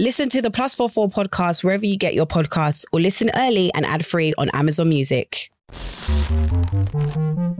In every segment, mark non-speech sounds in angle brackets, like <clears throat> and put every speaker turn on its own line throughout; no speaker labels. Listen to the Plus 44 podcast wherever you get your podcasts or listen early and ad free on Amazon Music.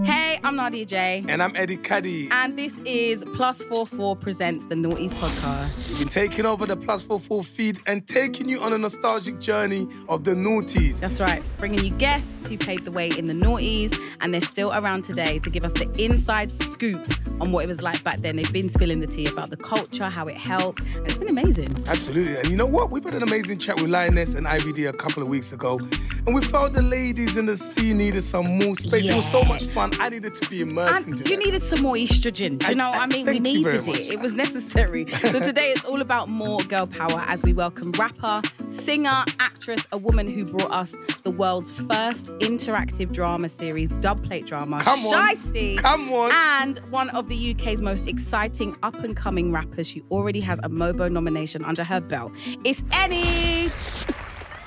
Hey, I'm Nadia J.
And I'm Eddie Caddy.
And this is Plus 44 Presents the Naughties Podcast.
We've been taking over the Plus 44 feed and taking you on a nostalgic journey of the noughties.
That's right, bringing you guests who paved the way in the noughties and they're still around today to give us the inside scoop on what it was like back then. They've been spilling the tea about the culture, how it helped, and it's been amazing.
Absolutely. And you know what? We've had an amazing chat with Lioness and IBD a couple of weeks ago. And we felt the ladies in the sea needed some more space. It was so much fun. I needed to be immersed
And
into
you
that.
needed some more estrogen. Do you
I-
know what
I-
I mean? We
thank you very
needed
much.
it. It was necessary. so today it's all about more girl power as we welcome rapper, singer, actress, a woman who brought us the world's first interactive drama series, dubplate drama,
Come on.
Shiesty.
Come on.
And one of the UK's most exciting up and coming rappers. She already has a MOBO nomination under her belt. It's Annie.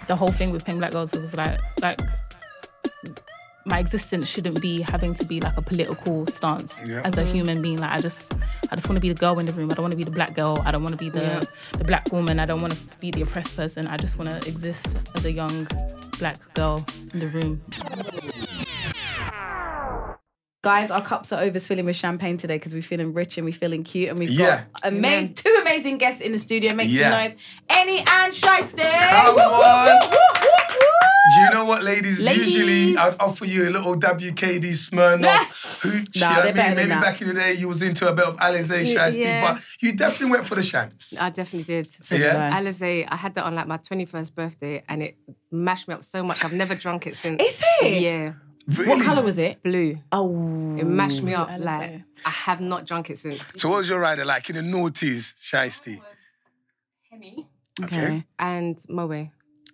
the whole thing with Pink Black Girls was like like my existence shouldn't be having to be like a political stance
Yeah.
as a human being. Like I just I just want to be the girl in the room. I don't want to be the black girl. I don't want to be the the black woman. I don't want to be the oppressed person. I just want to exist as a young black girl in the room.
Guys, our cups are overspilling with champagne today because we're feeling rich and we're feeling cute and we've
Yeah.
got ama- two amazing guests in the studio. Make
Yeah.
some noise. Annie and Shyster.
Come
Woo, woo,
on.
woo, woo, woo, woo.
Do you know what, ladies?
Ladies.
Usually, I'd offer you a little WKD Smirnoff. hooch, you
Nah,
know what I
they're better
mean? Maybe
than that.
back in the day, you was into a bit of Alizé Shiesty,
yeah.
but you definitely went for the shanks.
I definitely did.
Yeah.
Alizé, I had that on like my 21st birthday and it mashed me up so much. I've never drunk it since.
Is it?
Yeah.
Really?
What colour was it?
Blue.
Oh.
It mashed me up.
Alizé.
Like, I have not drunk it since.
So what was your rider like in the noughties, Shiesty?
Henny.
Okay.
And Moe.
Okay.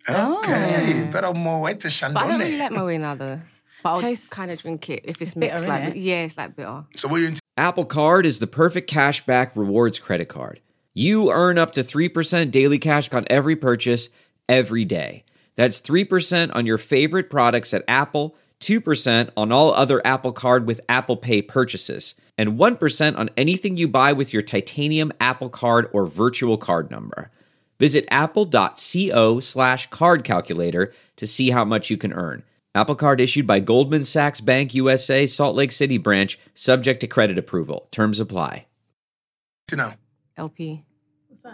Oh.
Better more way to
But I don't really
Shandone.
let Moe now though. But I'll
Tastes-
kind of drink it if it's,
bitter,
mixed. Like,
innit?
Yeah, it's like bitter.
So what you into?
Apple Card is the perfect cash back rewards credit card. You earn up to 3% daily cash on every purchase every day. That's 3% on your favorite products at Apple, 2% on all other Apple Card with Apple Pay purchases, and 1% on anything you buy with your titanium Apple Card or virtual card number. Visit apple.co slash card calculator to see how much you can earn. Apple Card issued by Goldman Sachs Bank USA, Salt Lake City branch, subject to credit approval. Terms apply.
You know,
LP.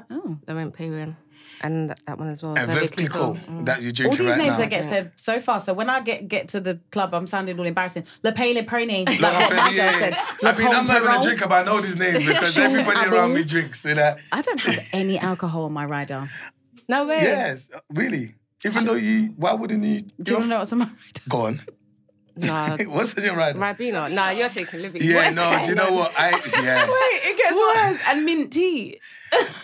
Oh.
Laurent Perrin. And that, that one as well.
and Mm.
Veuve
Veuve Clicquot
Clicquot.
that you drink
Mm. All these
right
names
now.
I get said so far. So when I get get to the club, I'm sounding all embarrassing. Le Pay Le Prone. <laughs>
Like,
Like
I,
what my
feel-
girl
yeah,
said.
yeah.
Le
eh? I mean, I'm not even
Pomperon.
a drinker, but I know these names because
Sean
everybody around
Abel.
me drinks. You know?
I don't have any alcohol on my rider.
No way.
Yes, really. Even though you, why wouldn't you?
Do you want to know what's on my rider?
Go <laughs> on. <laughs>
Nah.
What's in your rider?
Ribena. Nah, you're taking liberty.
yeah,
What? <laughs>
no. Do you know what?
<laughs>
I yeah.
Wait, it gets worse. And mint tea.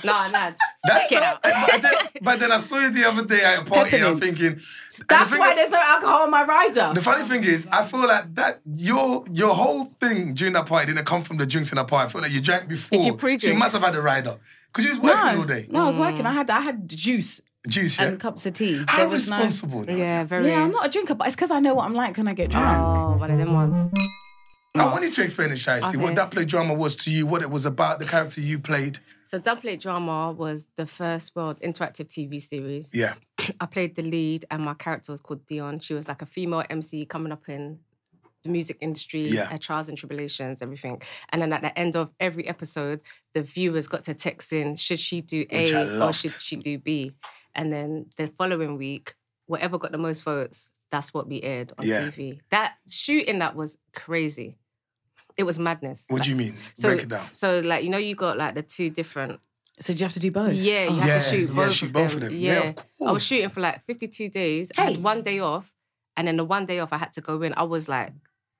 Nah, lads.
That's
Get
not-
out.
but, then, but then I saw you the other day at a party. and I'm
Peppermint.
thinking and the
That's
thing
why
I-
there's no alcohol on my rider.
The funny thing is, I feel like that your your whole thing during that party didn't come from the drinks in that party. I feel like you drank before.
you pre-drink?
So you must have had a rider because you was working all day.
No, I was working. I had I had juice
Juice, yeah.
and cups of tea.
How
There was no-
responsible? now?
Yeah, very.
Yeah, I'm not a drinker, but it's because I know what I'm like when I get drunk.
Oh, one of them ones.
I wanted to explain it, Shiesty, what
Okay.
that play drama was to you, what it was about, the character you played.
So, Dub Plate Drama was the first world interactive TV series.
Yeah.
I played the lead, and my character was called Dion. She was like a female MC coming up in the music industry,
Yeah.
her trials and tribulations, everything. And then at the end of every episode, the viewers got to text in should she do
Which I
A or
loved.
should she do B? And then the following week, whatever got the most votes, that's what we aired on
Yeah.
TV. That shooting that was crazy. It was madness.
What
Like,
do you mean? Break it down.
So, like, you know, you got like the two different.
So do you have to do both?
Yeah, you
Oh.
have
Yeah,
to shoot
yeah,
both,
shoot
of,
both
them.
of them. Yeah,
Yeah,
of
I was
course.
shooting for like 52 days. I
Hey.
had one day off, and then the one day off I had to go in. I was like,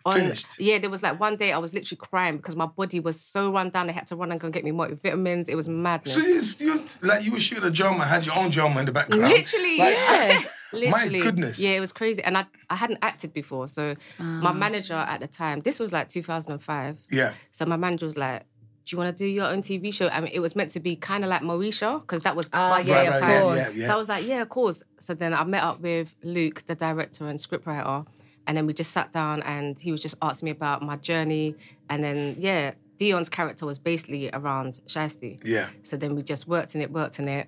on,
Finished.
Yeah, there was like one day I was literally crying because my body was so run down. They had to run and go and get me more vitamins. It was madness.
So you, was- you was- like you were shooting a drama, had your own drama in the background.
<laughs> Literally,
Like,
<laughs> yeah.
my goodness.
Yeah, it was crazy. And I, I hadn't acted before. So
Ah.
my manager at the time, this was like 2005.
Yeah.
So my manager was like, do you want to do your own TV show? I mean, it was meant to be kind of like Moesha because that was
Ah,
Buzz
yeah,
at
of
the
Right, right,
time.
yeah, yeah, yeah.
So I was like, yeah, of course. So then I met up with Luke, the director and scriptwriter, and then we just sat down and he was just asking me about my journey. And then, yeah, Dion's character was basically around Shiesty.
Yeah.
So then we just worked in it, worked in it.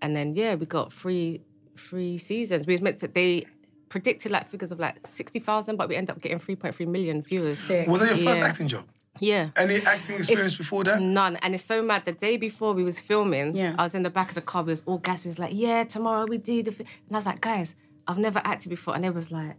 and then yeah, we got three three seasons. We was meant to they predicted like figures of like sixty thousand, but we end up getting three point three million viewers.
Was that your first
Yeah.
acting job?
Yeah.
Any acting experience before that?
None. And it's so mad. The day before we was filming,
Yeah.
I was in the back of the car. We was all gas. We was like, yeah, tomorrow we do the. Fi-. And I was like, guys, I've never acted before. And they was like,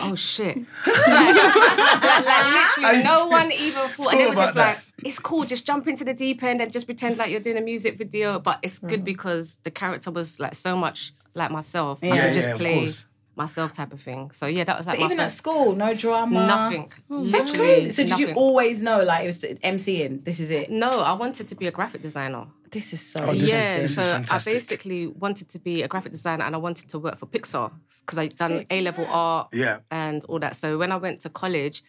oh shit. <laughs> like, like- like, literally,
I
no one even thought. And they
thought
was just
about
like, it's cool. Just jump into the deep end and just pretend like you're doing a music video. But it's
Mm.
good because the character was like so much like myself. I
Yeah,
could just
yeah, of
play
course.
myself type of thing. So yeah, that was like
But
my
even at
first-
school, no drama.
nothing.
That's
Literally
crazy. So did you
nothing.
always know like it was MCing? This is it.
No, I wanted to be a graphic designer.
Mm. This is so.
Oh, this
yeah,
is- this is
so
fantastic.
I basically wanted to be a graphic designer and I wanted to work for Pixar because I'd done A level art
Yeah.
and all that. So when I went to college,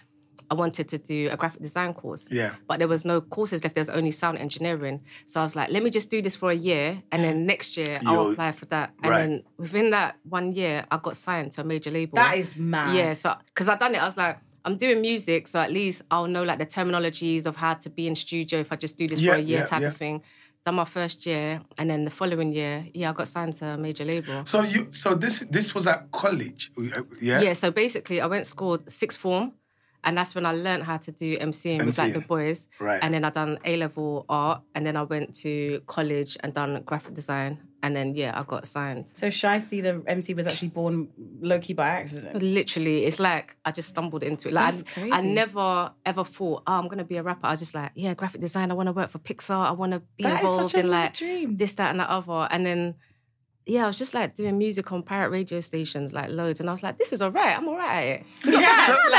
I wanted to do a graphic design course.
Yeah.
But there was no courses left, there was only sound engineering. So I was like, let me just do this for a year and then next year I'll
You'll-
apply for that. And
Right.
then within that one year, I got signed to a major label.
That is mad.
Yeah, so because I done it, I was like, I'm doing music, so at least I'll know like the terminologies of how to be in studio if I just do this
Yeah,
for a year
yeah,
type
yeah.
of thing. Done my first year, and then the following year, yeah, I got signed to a major label.
So you, so this this was at college, uh, yeah.
<laughs> Yeah, so basically, I went school sixth form, and that's when I learned how to do MCing with like the
MCing.
boys.
Right.
And then I done A level art, and then I went to college and done graphic design, and then yeah, I got signed.
So Shiesty, the MC, was actually born low key by accident.
Literally, it's like I just stumbled into it. Like
That's
I,
crazy.
I never ever thought, oh, I'm gonna be a rapper. I was just like, yeah, graphic design. I want to work for Pixar. I want to be
That is
involved
such a
in
mad
like
dream.
this, that, and the other. And then, yeah, I was just like doing music on pirate radio stations, like loads. And I was like, this is all right. I'm all right
<laughs>
at it. It's not bad.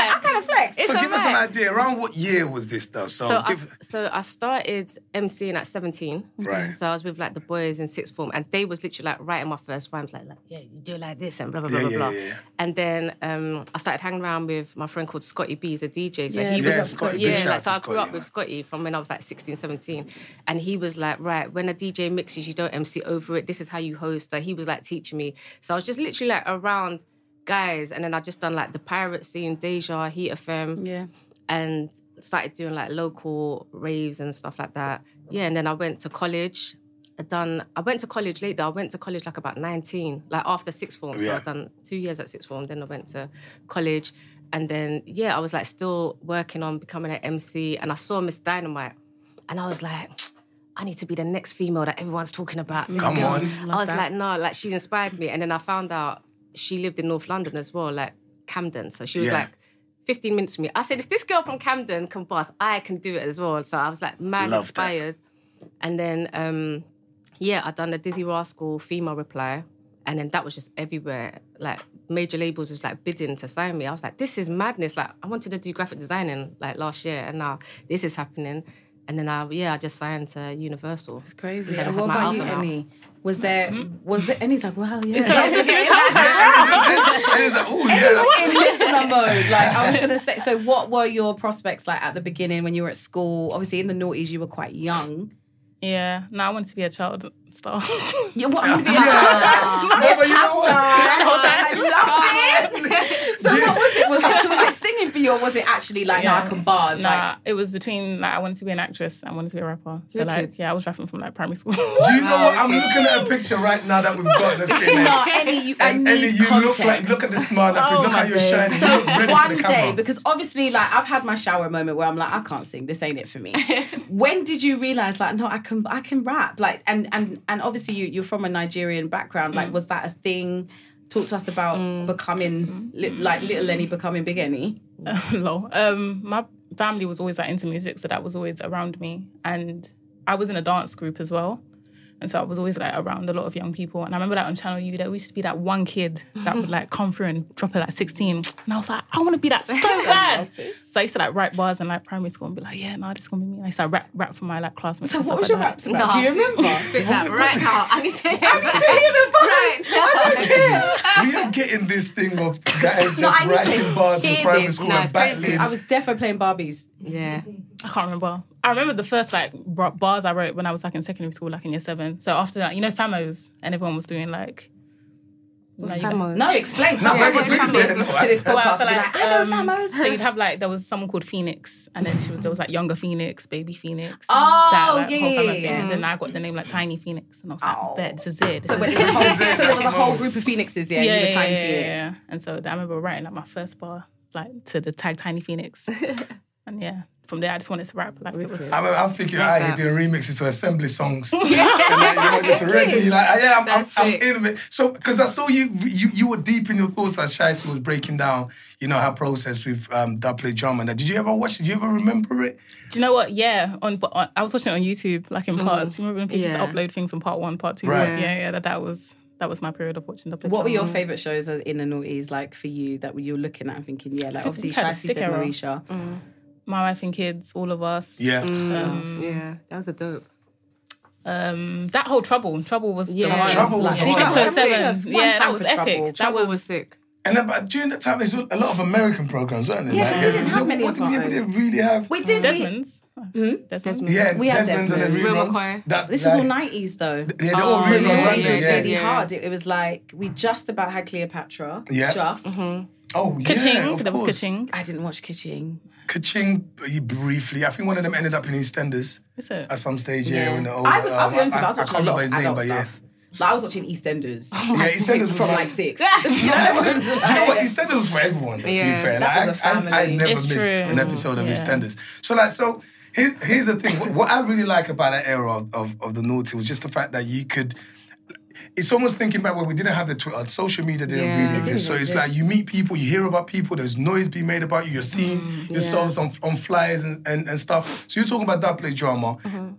Like, it's
so
all
give us an
right.
idea. Around what year was this though? So,
So I,
give,
so I started emceeing at 17.
Right.
So I was with like the boys in sixth form, and they was literally like writing my first rhymes, like, like yeah, you do it like this and blah blah blah
Yeah, yeah,
blah blah.
yeah, yeah.
And then um, I started hanging around with my friend called Scotty B. He's a DJ, so
Yeah,
he
yeah,
was
Scotty, big
yeah.
shout
like,
out
so
to
I grew
Scotty,
up
man. <laughs>
with Scotty from when I was like 16, 17. and he was like, right, when a DJ mixes, you don't MC over it. This is how you host. Like, he was like teaching me. So I was just literally like around guys, and then I just done like the pirate scene, Deja, Heat FM,
Yeah.
and started doing like local raves and stuff like that. Yeah, and then I went to college. I done. I went to college later. I went to college like about nineteen, like after sixth form. So
Yeah.
I done two years at sixth form. Then I went to college, and then yeah, I was like still working on becoming an MC. And I saw Miss Dynamite, and I was like. I need to be the next female that everyone's talking about. This
Come
girl.
on.
I was like, no, like she inspired me. And then I found out she lived in North London as well, like Camden. So she was
Yeah.
like 15 minutes from me. I said, if this girl from Camden can pass, I can do it as well. So I was like mad
Love that.
inspired. And then um, yeah, I done the Dizzy Rascal female reply. And then that was just everywhere. Like major labels was like bidding to sign me. I was like, this is madness. Like I wanted to do graphic designing like last year and now this is happening. And then I yeah, I just signed to Universal.
It's crazy.
Yeah,
And
I
what
had my
about you,
album out.
Annie? Was there? Was there? Annie's like, wow,
and
yeah.
it's like, oh
<laughs>
yeah.
in <laughs> listener mode. Like I was gonna say. So, what were your prospects like at the beginning when you were at school? Obviously, in the noughties, you were quite young.
Yeah. No, I wanted to be a child star. <laughs>
Yeah, <laughs> what I'm gonna be
No, but you know what?
<laughs> So, what was it? Was it, so was it singing for you, or was it actually like, no, I can bars?
nah,
Like,
it was between like I wanted to be an actress, I wanted to be a rapper. So like yeah, I was rapping from like primary school. <laughs>
Do you know what? I'm looking at a picture right now that we've got. That's been
no, Annie, you, I
And Ellie,
need
you look
context.
like look at the smile. that
Oh
look
my
how you're
days.
shining. you
So
look ready for
one
the
day,
camera.
because obviously, like I've had my shower moment where I'm like, I can't sing. This ain't it for <laughs> me. when did you realize, like, no, I can, I can rap, like, and and and obviously, you you're from a Nigerian background. Like, was that a thing? Talk to us about becoming li- like little Lenny becoming big Lenny.
<laughs> Lol. Um, my family was always like into music, so that was always around me, and I was in a dance group as well, and so I was always like around a lot of young people. And I remember like on Channel U, there used to be that one kid that would like come through and drop it like sixteen, and I was like, I want to be
<laughs>
that so bad. so I used to like write bars in like primary school and be like, yeah, no, this is gonna be me. And I used to like, rap, rap for my like classmates. and
What
stuff like
was your
that.
raps about? Do you remember?
Spit that right now. I need to hear the
<laughs> we are getting this thing of that is
No, I
just
need to
writing bars in
hear
primary
this.
school
No,
and
it's
back
crazy.
lane.
I was defo playing Barbies.
Yeah.
I can't remember. I remember the first like r- bars I wrote when I was like in secondary school, like in year seven. So after that, you know, famos, and everyone was doing like
What's
you don't.
Famos?
No, Oh, explain.
No,
Someone
but
would
we
come
said-
in
no,
to this podcast.
Well, so
and be
like,
like, I know
um,
Famos.
So <laughs> you'd have like there was someone called Phoenix, and then she was there was like younger Phoenix, baby Phoenix,
Oh,
that like,
yeah,
whole
yeah,
family
yeah,
thing. And then I got the name like Tiny Phoenix, and I was like,
Oh.
bet this is it.
So,
This is
wait, there was a whole,
That's
<laughs> so there was a whole
mine.
group of phoenixes, yeah, you were tiny phoenix.
yeah. And so I remember writing like my first bar like to the tag Tiny
<laughs>
Phoenix, and yeah, from there I just wanted to rap like it was.
I'm, I'm thinking, I you doing remixes to assembly songs. and like, you know, just ready. You're like, yeah, I'm, I'm,
That's
I'm
it.
in it. So, because I saw you, you, you were deep in your thoughts that Shaisa was breaking down, you know, her process with um, Double Drama. Now, did you ever watch it? Did you ever remember it?
Do you know what? Yeah, on, but on I was watching it on YouTube like
Mm.
in parts. You remember when people used
Yeah.
to upload things from part one, part two?
Right.
Yeah, yeah, that, that was that was my period of watching E. the.
What were your favourite shows in the noughties like for you that you were looking at and thinking, yeah, like obviously
we had a Mm.
Shicey
sick
said
era.
Marisha.
My wife and kids, all of us.
Yeah.
yeah, that was a dope.
Um, that whole trouble, trouble was
Yeah.
the one.
Trouble was the
Six
one.
oh seven.
Just one
Yeah,
time
that was
for
epic.
Trouble.
That
Trouble
was,
was sick.
And about, during that time, there's a lot of American programs, weren't there?
Yeah,
Like,
we didn't have
what-
many
what
of
did we-
our
we didn't really have.
We did. We, Hmm?
Desmond's. Desmond's.
Desmond.
yeah,
we had
Desmond's and the
Desmond.
Real
reruns.
McCoy.
That-
this was all
like-
90s though.
Yeah, they're all
Oh,
So
reruns,
yeah,
weren't
noughties
yeah,
they?
was
yeah.
really
Yeah.
hard. It, it was like we just about had Cleopatra.
Yeah.
Just.
Oh, yeah.
Kaching.
of
there was
course.
Kaching.
I didn't watch Kitching.
Kaching uh, briefly. I think one of them ended up in EastEnders
Is it?
at some stage. Yeah, when the old,
I was. I'll
um,
be honest, with you, I, was
I can't
watching
remember
a lot
his
of
name,
adult
but yeah.
stuff. Like I was watching EastEnders.
Yeah, <laughs> EastEnders was
from
like-
like
<laughs>
six. you know what I'm
Do you know what?
saying?
EastEnders was for everyone. though, To be
Yeah,
fair,
that
Like,
was a
I- I- I,
family.
never
It's
missed
true.
an episode of
Yeah.
EastEnders. So like, so here's here's the thing. What, what I really like about that era of, of of the noughty was just the fact that you could. It's almost thinking back where we didn't have the Twitter, social media didn't
Yeah.
really exist. So it's like you meet people, you hear about people, there's noise being made about you, you're seeing yourselves on, on flyers and, and, and stuff. So you're talking about that play drama,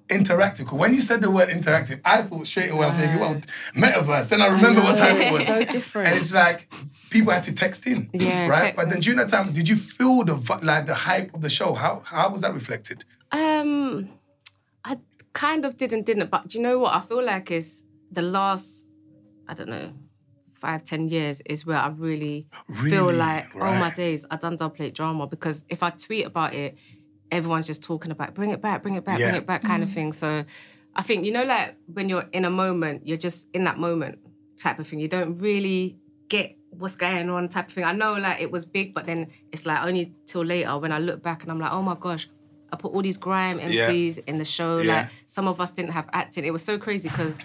interactive. 'Cause When you said the word interactive, I thought straight away, I'm thinking, well, metaverse. Then I remember what time it was.
So different.
And it's like people had to text in,
Yeah,
right?
text
but then during that time, did you feel the vi- like the hype of the show? How how was that reflected?
Um, I kind of did and didn't, but do you know what? I feel like is the last, I don't know, five ten years is where I really, feel
Really?
like, oh
Right.
my days, I done double plate drama because if I tweet about it, everyone's just talking about it, bring it back, bring it back,
Yeah.
bring it back, kind of thing. So, I think you know, like when you're in a moment, you're just in that moment type of thing. You don't really get what's going on type of thing. I know like it was big, but then it's like only till later when I look back and I'm like, oh my gosh, I put all these grime MCs in the show.
Yeah.
Like some of us didn't have acting. It was so crazy because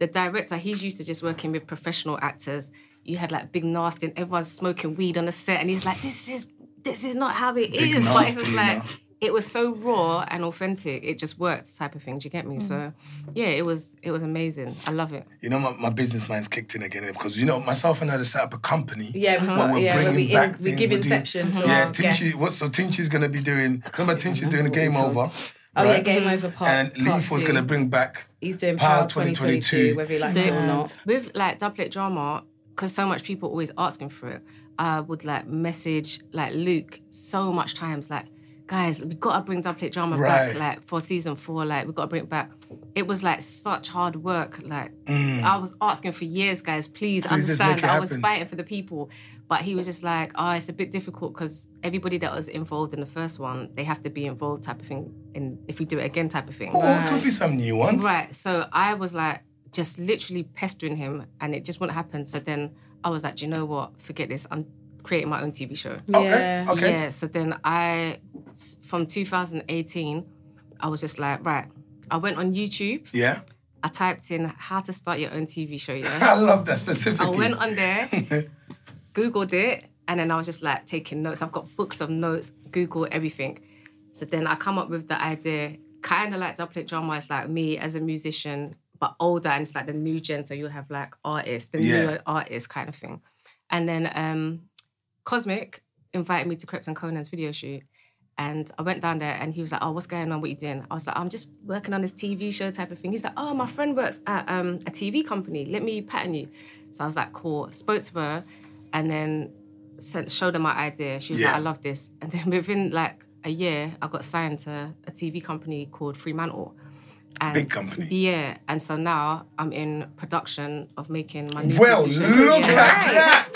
the director, he's used to just working with professional actors. You had like Big Nasty and everyone's smoking weed on the set, and he's like, this is this is not how it is. <laughs> But it's just
Nasty,
like
no.
it was so raw and authentic. It just worked, type of thing. Do you get me? So yeah, it was it was amazing. I love it.
You know, my, my business mind's kicked in again because you know myself and I just set up a company.
Yeah, we've
where
got-
we're
yeah, where
bringing
we in-
back
we
things,
give
we're doing-
inception to
yeah,
our
Tinchy.
guests.
What so Tinchy's gonna be doing? Remember, Tinchy's doing a game over.
Oh yeah,
right?
game over part.
And
part
Leaf was
two.
gonna bring back.
He's doing
Power
Power 2022,
2022,
whether he likes it or not.
With like doublet drama, because so much people always asking for it, I would like message like Luke so much times like, guys, we gotta bring doublet drama
Right.
back like for season four, like we gotta bring it back. It was like such hard work. Like I was asking for years, guys, please,
Mm. Please, let's
understand.
make it
I was
happen.
fighting for the people, but he was just like, oh, it's a bit difficult because everybody that was involved in the first one, they have to be involved type of thing, and if we do it again type of thing.
Oh, it could be some new <laughs> ones.
Right. So I was like just literally pestering him and it just wouldn't happen. So then I was like, do you know what? Forget this. I'm creating my own TV show.
Okay. Okay.
Yeah. So then I, from 2018, I was just like, right. I went on YouTube.
Yeah.
I typed in how to start your own TV show. Yeah.
I love that
I
specifically.
went on there,
<laughs>
Googled it, and then I was just like taking notes. I've got books of notes, Google everything. So then I come up with the idea, kind of like doublet drama. It's like me as a musician, but older, and it's like the new gen. So you have like artists, the
Yeah.
newer artists kind of thing. And then um, Cosmic invited me to Crept and Conan's video shoot. And I went down there and he was like, Oh, what's going on? What you doing? I was like, I'm just working on this TV show type of thing. He's like, Oh, my friend works at um, a TV company. Let me pattern you. So I was like, Cool. Spoke to her and then sent, showed her my idea. She was
Yeah.
like, I love this. And then <laughs> within like a year, I got signed to a TV company called Fremantle. And
Big company.
Yeah. And so now I'm in production of making my new
Well,
TV
look
show.
at
Yeah.
that.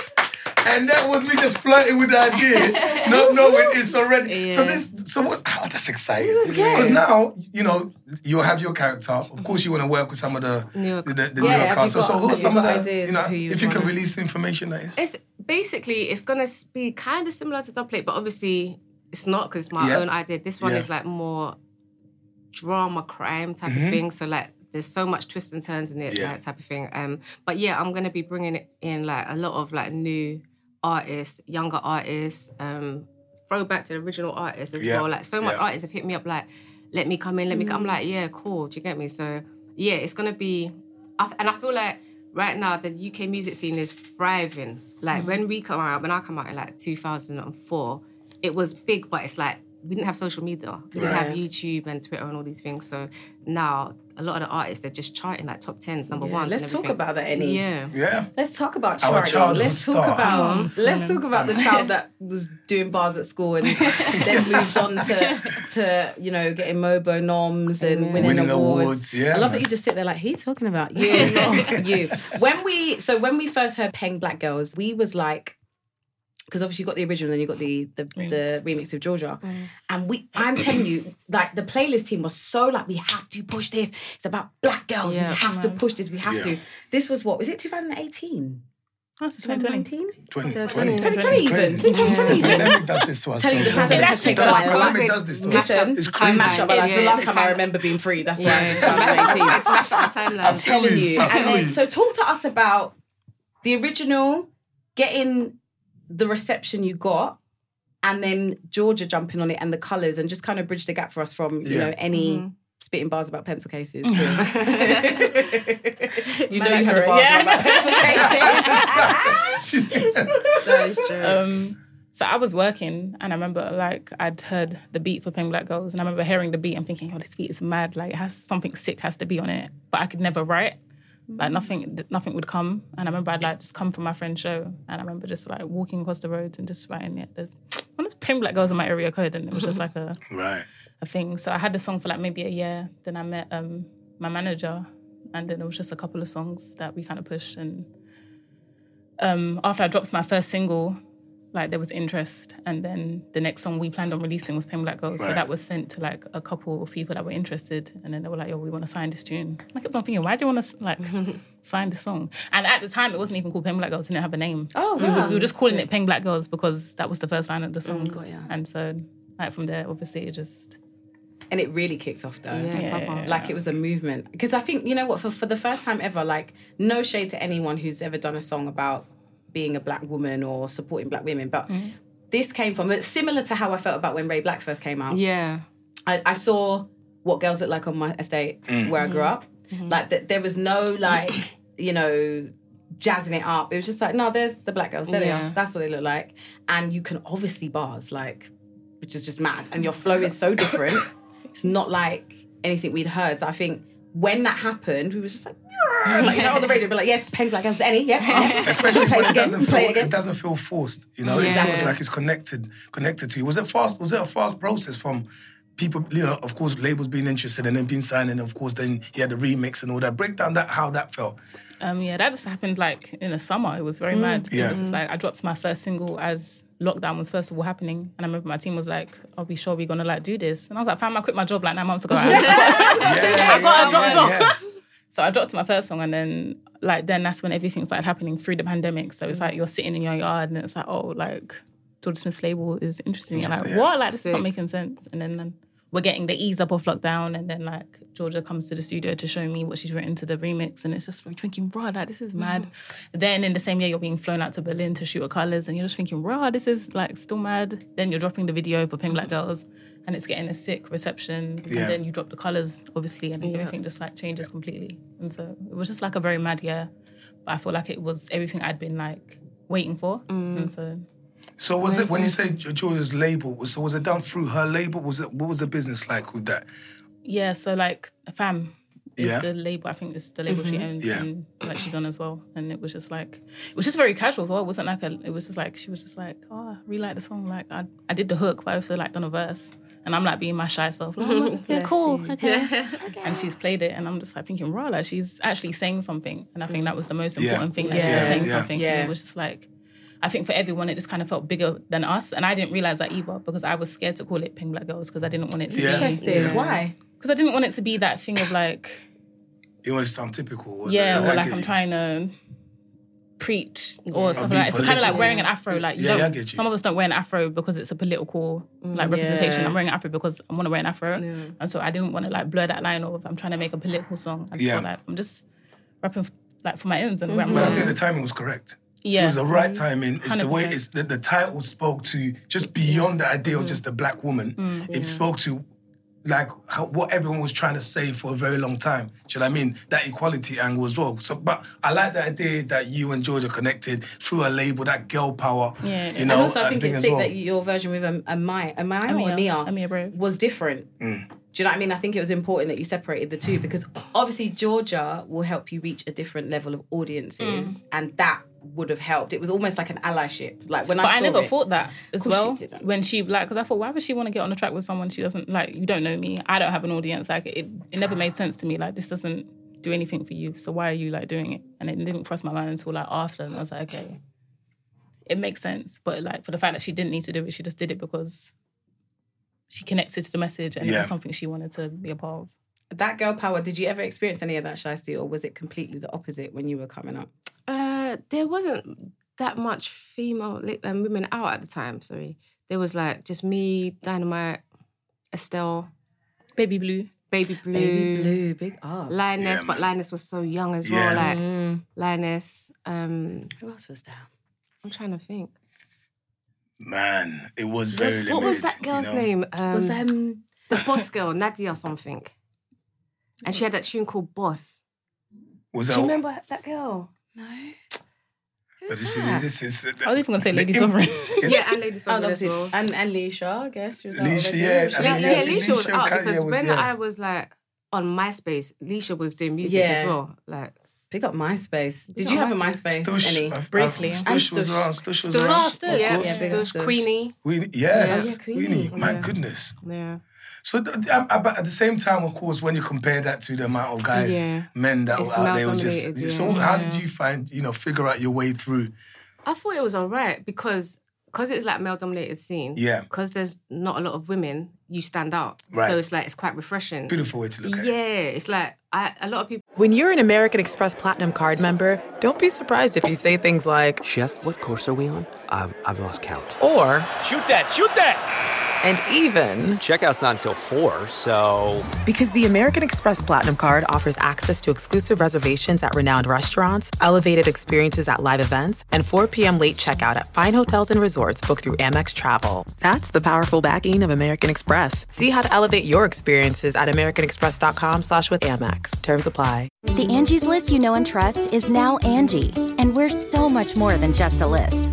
and that was me just flirting with the idea, not knowing it's already. So this, so what? <sighs> ah, that's exciting. Because now you know you'll have your character. Of course, you want to work with some of the
Newer-
the, the, the
Yeah, have
newer
you
cast. So,
got-
so who are
have you
some of
got
the
ideas
you know?
of who you
if you can
wanna-
release the information, that is.
It's basically it's gonna be kind of similar to Double Plate, but obviously it's not because it's my
Yeah.
own idea. This one
Yeah. Mm-hmm.
is like more drama crime type of thing. So like there's so much twists and turns in it,
Yeah.
like, type of thing. Um, but yeah, I'm gonna be bringing in like a lot of like new artists, younger artists. Um, throwback to the original artists as
Yeah.
well. Like so much
Yeah.
artists have hit me up like, let me come in, let me. Come. I'm
Mm.
like, yeah, cool. Do you get me? So yeah, it's gonna be. I, and I feel like right now the UK music scene is thriving. Like
Mm.
when we come out, when I come out in like 2004, it was big, but it's like we didn't have social media. We didn't have YouTube and Twitter and all these things. So now a lot of the artists they're just charting like top tens, number ones.
Let's
and
talk
everything.
about that, Annie.
Yeah.
yeah.
Let's talk about
Our
charting.
childhood
Let's talk
star.
about let's talk about the child that was doing bars at school and then moved on to to you know getting mobo noms and winning,
Winning
awards.
awards, yeah,
I
man.
love that you just sit there like he's talking about you, not you. When we so when we first heard Peng Black Girls, we was like. Because obviously you got the original, then you got the the remix, the remix of Georgia, and we I'm telling you, like the playlist team was so like we have to push this. It's about black girls.
Yeah.
we have to push this. We have
Yeah.
to. This was what was it? 2018.
That's just 2020.
2019?
2020.
2020 even.
It's
It's in 2020 even.
Pandemic does this to us.
Tell you the
don't it?
pandemic has taken
Does-
my life.
Pandemic does this to us.
Listen,
It's
I
crazy.
mashed up my life. It's the
Yeah,
last
it's
time
a
I
time-
remember being free. That's why <laughs> it's
Yeah.
2018.
Flash out the
I'm
<laughs>
<laughs>
timeline.
telling you.
I'm
And
telling
then,
you.
so talk to us about the original, getting the reception you got, and then Georgia jumping on it and the colours and just kind of bridge the gap for us from, you
Yeah.
know, any
Mm-hmm.
spitting bars about pencil
<laughs>
cases. to- you know you had a bar
Yeah. <laughs>
about pencil cases. <laughs>
That is true.
Um, so I was working, and I remember like I'd heard the beat for Pink Black Girls, and I remember hearing the beat and thinking, "Oh, this beat is mad! Like, it has something sick has to be on it." But I could never write. Like nothing, nothing would come. And I remember I'd like just come from my friend's show, and I remember just like walking across the road and just writing, "Yeah, there's one of Pink Black Girls in my area code," and it was just like a
<laughs> Right.
a thing. So I had the song for like maybe a year. Then I met um, my manager, and then it was just a couple of songs that we kind of pushed. And um, after I dropped my first single, like there was interest, and then the next song we planned on releasing was "Pink Black Girls." So
Right.
that was sent to like a couple of people that were interested, and then they were like, "Yo, we want to sign this tune." I kept on thinking, "Why do you want to like sign this song?" And at the time, it wasn't even called "Pink Black Girls." It didn't have a name.
Oh,
We were-
wow. Mm,
we were just calling it "Pink Black Girls" because that was the first line of the song. And so, like from there, obviously, it just
And it really kicked off though.
Yeah, proper.
Like it was a movement. Because I think, you know what, for, for the first time ever, like, no shade to anyone who's ever done a song about being a black woman or supporting black women, but
Mm.
this came from, it's similar to how I felt about when Ray Black first came out.
yeah.
I, I saw what girls look like on my estate where I grew up. Like th- there was no like, <clears throat> you know, jazzing it up. It was just like, no, there's the black girls. There they
Yeah.
are. That's what they look like. And you can obviously bars like, which is just mad. And your flow is so different. it's not like anything we'd heard. So I think when that happened, we was just like, <laughs> "Yeah." like you know, on the radio, be like, yes, pen black as any, yeah. <laughs>
Especially
Play
when
it
it
again,
doesn't
play it
feel
again.
it doesn't feel forced. You know,
Yeah.
it feels like it's connected connected to you. Was it fast? Was it a fast process from people? You know, of course, labels being interested and then being signed, and of course, then he had the remix and all that. Break down that how that felt.
Um, yeah, that just happened like in the summer. It was very mad.
Yeah.
It was just like I dropped my first single as lockdown was first of all happening, and I remember my team was like, "Are we sure we're gonna like do this?" And I was like, "Fam, I quit my job like nine months ago." <laughs>
I
got a drop song.
Yeah.
so I dropped my first song, and then like then that's when everything started happening through the pandemic. So it's like you're sitting in your yard, and it's like, oh, like George Smith's label is interesting. You're like,
Interesting, yeah.
what? Like this is not
Sick.
making sense. And then. um, we're getting the ease up of lockdown, and then like Georgia comes to the studio to show me what she's written to the remix, and it's just like thinking, "Bruh, like this is mad." Then in the same year, you're being flown out to Berlin to shoot at Colors, and you're just thinking, "Bruh, this is like still mad." Then you're dropping the video for Pink Black Girls, and it's getting a sick reception.
Yeah.
And then you drop the Colors, obviously, and everything just like changes completely. And so it was just like a very mad year, but I feel like it was everything I'd been like waiting for, and so
So was it when you say Jo- Georgia's label? was- So was it done through her label? Was it what was the business like with that?
Yeah, so like fam is
Yeah. Mm-hmm.
the label. I think it's the label she owns
Yeah.
and like she's on as well. And it was just like it was just very casual as well. It wasn't like a it was just like she was just like, Oh, I really like the song. Like I I did the hook, but I also like done a verse. And I'm like being my shy self. Like,
<laughs>
oh, yeah, cool. Okay. <laughs> And she's played it and I'm just like thinking, rah, like she's actually saying something. And I think that was the most
Yeah.
important thing that she
Yeah.
was saying
Yeah.
something.
Yeah.
And it was just like I think for everyone, it just kind of felt bigger than us. And I didn't realize that either because I was scared to call it Pink Black Girls because I didn't want it to
Yeah.
be.
Interesting. Why?
Because I didn't want it to be that thing of like,
You want to sound typical? or
yeah,
I
or like
get
I'm
you.
trying to preach or something
be
like that. It's kind of like
political.
wearing an afro. Like, you
Yeah, yeah, I
don't-
get you.
some of us don't wear an afro because it's a political like representation. I'm wearing an afro because I want to wear an afro, and so I didn't want to like blur that line. Or if I'm trying to make a political song, I just
Yeah.
felt like I'm just rapping f- like for my ends and where I'm
But I
going.
think the timing was correct.
Yeah.
It was the right timing. It's the way
100%.
it's the, the title spoke to just beyond the idea of just a black woman. It spoke to like how, what everyone was trying to say for a very long time. Do you know what I mean? That equality angle as well. So, but I like the idea that you and George are connected through a label, that girl power.
Yeah.
you
And
know,
and also, I
uh,
think
thing
it's
as
sick
well.
that your version with Am- Amaya, Amaya or
Amaya.
Amia,
Amia Brave.
was different. Do you know what I mean? I think it was important that you separated the two because obviously Georgia will help you reach a different level of
Mm.
audiences, and that would have helped. It was almost like an allyship. Like when
But
I,
I,
saw
never
it-
thought that as
course
well.
she didn't.
When she like, because I thought, why would she want to get on the track with someone she doesn't like? You don't know me. I don't have an audience. Like, it, it never made sense to me. Like, this doesn't do anything for you. So why are you like doing it? And it didn't cross my mind until like after, and I was like, okay, it makes sense. But like for the fact that she didn't need to do it, she just did it because she connected to the message and it
Yeah.
was something she wanted to be a part of.
that girl power. Did you ever experience any of that, Shiesty, or was it completely the opposite when you were coming up?
Uh, there wasn't that much female li- um, women out at the time. Sorry, there was like just me, Dynamite, Estelle,
Baby Blue.
Baby Blue,
blue, big up.
Lioness.
Yeah,
but
man.
Lioness was so young as
Yeah.
well. Like
Mm.
Lioness. Um,
Who else was there?
I'm trying to think.
Man, it was very limited.
what was that girl's
you know?
name? Um,
was um
the boss girl, Nadia something. And she had that tune called Boss.
Was
Do
that?
you remember that girl?
Oh,
This is, this is,
I was even gonna say Lady Sovereign.
It's-
Yeah, and Lady
oh,
Sovereign as
obviously,
well.
and and Leisha, I guess she was oh, out
Leisha,
already.
yeah, I
Yeah,
mean,
yeah,
yeah,
Leisha was
Leisha
out
Kanye
because
was
when
there.
I was like on MySpace, Leisha was doing music
Yeah.
as well. Like
Pick up MySpace. Did
got
you have a
MySpace.
MySpace? Any?
I've- I've-
Briefly.
Stush was
Stush.
around. Stush was
Stush.
around.
Oh,
of
Stush. yeah,
course.
Yeah, big
Stush,
Stush.
Queenie.
Queenie, yes,
Yeah,
Queenie.
Queenie.
My
Yeah.
goodness.
Yeah.
So, th- th- um, uh, but at the same time, of course, when you compare that to the amount of guys,
Yeah.
men that
It's
were out there, it was just.
amalgamated,
So,
yeah.
how did you find, you know, figure out your way through?
I thought it was alright because because it's like male dominated scene.
Yeah.
Because there's not a lot of women, you stand out.
Right.
So it's like it's quite refreshing.
Beautiful way to look at
Yeah,
it.
it's like I, a lot of people
When you're an American Express Platinum Card member, don't be surprised if you say things like,
Chef, what course are we on? Um, I've lost count.
or,
Shoot that, shoot that!
and even.
Checkout's not until four, so
Because the American Express Platinum Card offers access to exclusive reservations at renowned restaurants, elevated experiences at live events, and 4 p.m. late checkout at fine hotels and resorts booked through Amex Travel. That's the powerful backing of American Express. See how to elevate your experiences at americanexpress.com slash with Amex. Terms apply.
The Angie's list you know and trust is now Angie, and we're so much more than just a list.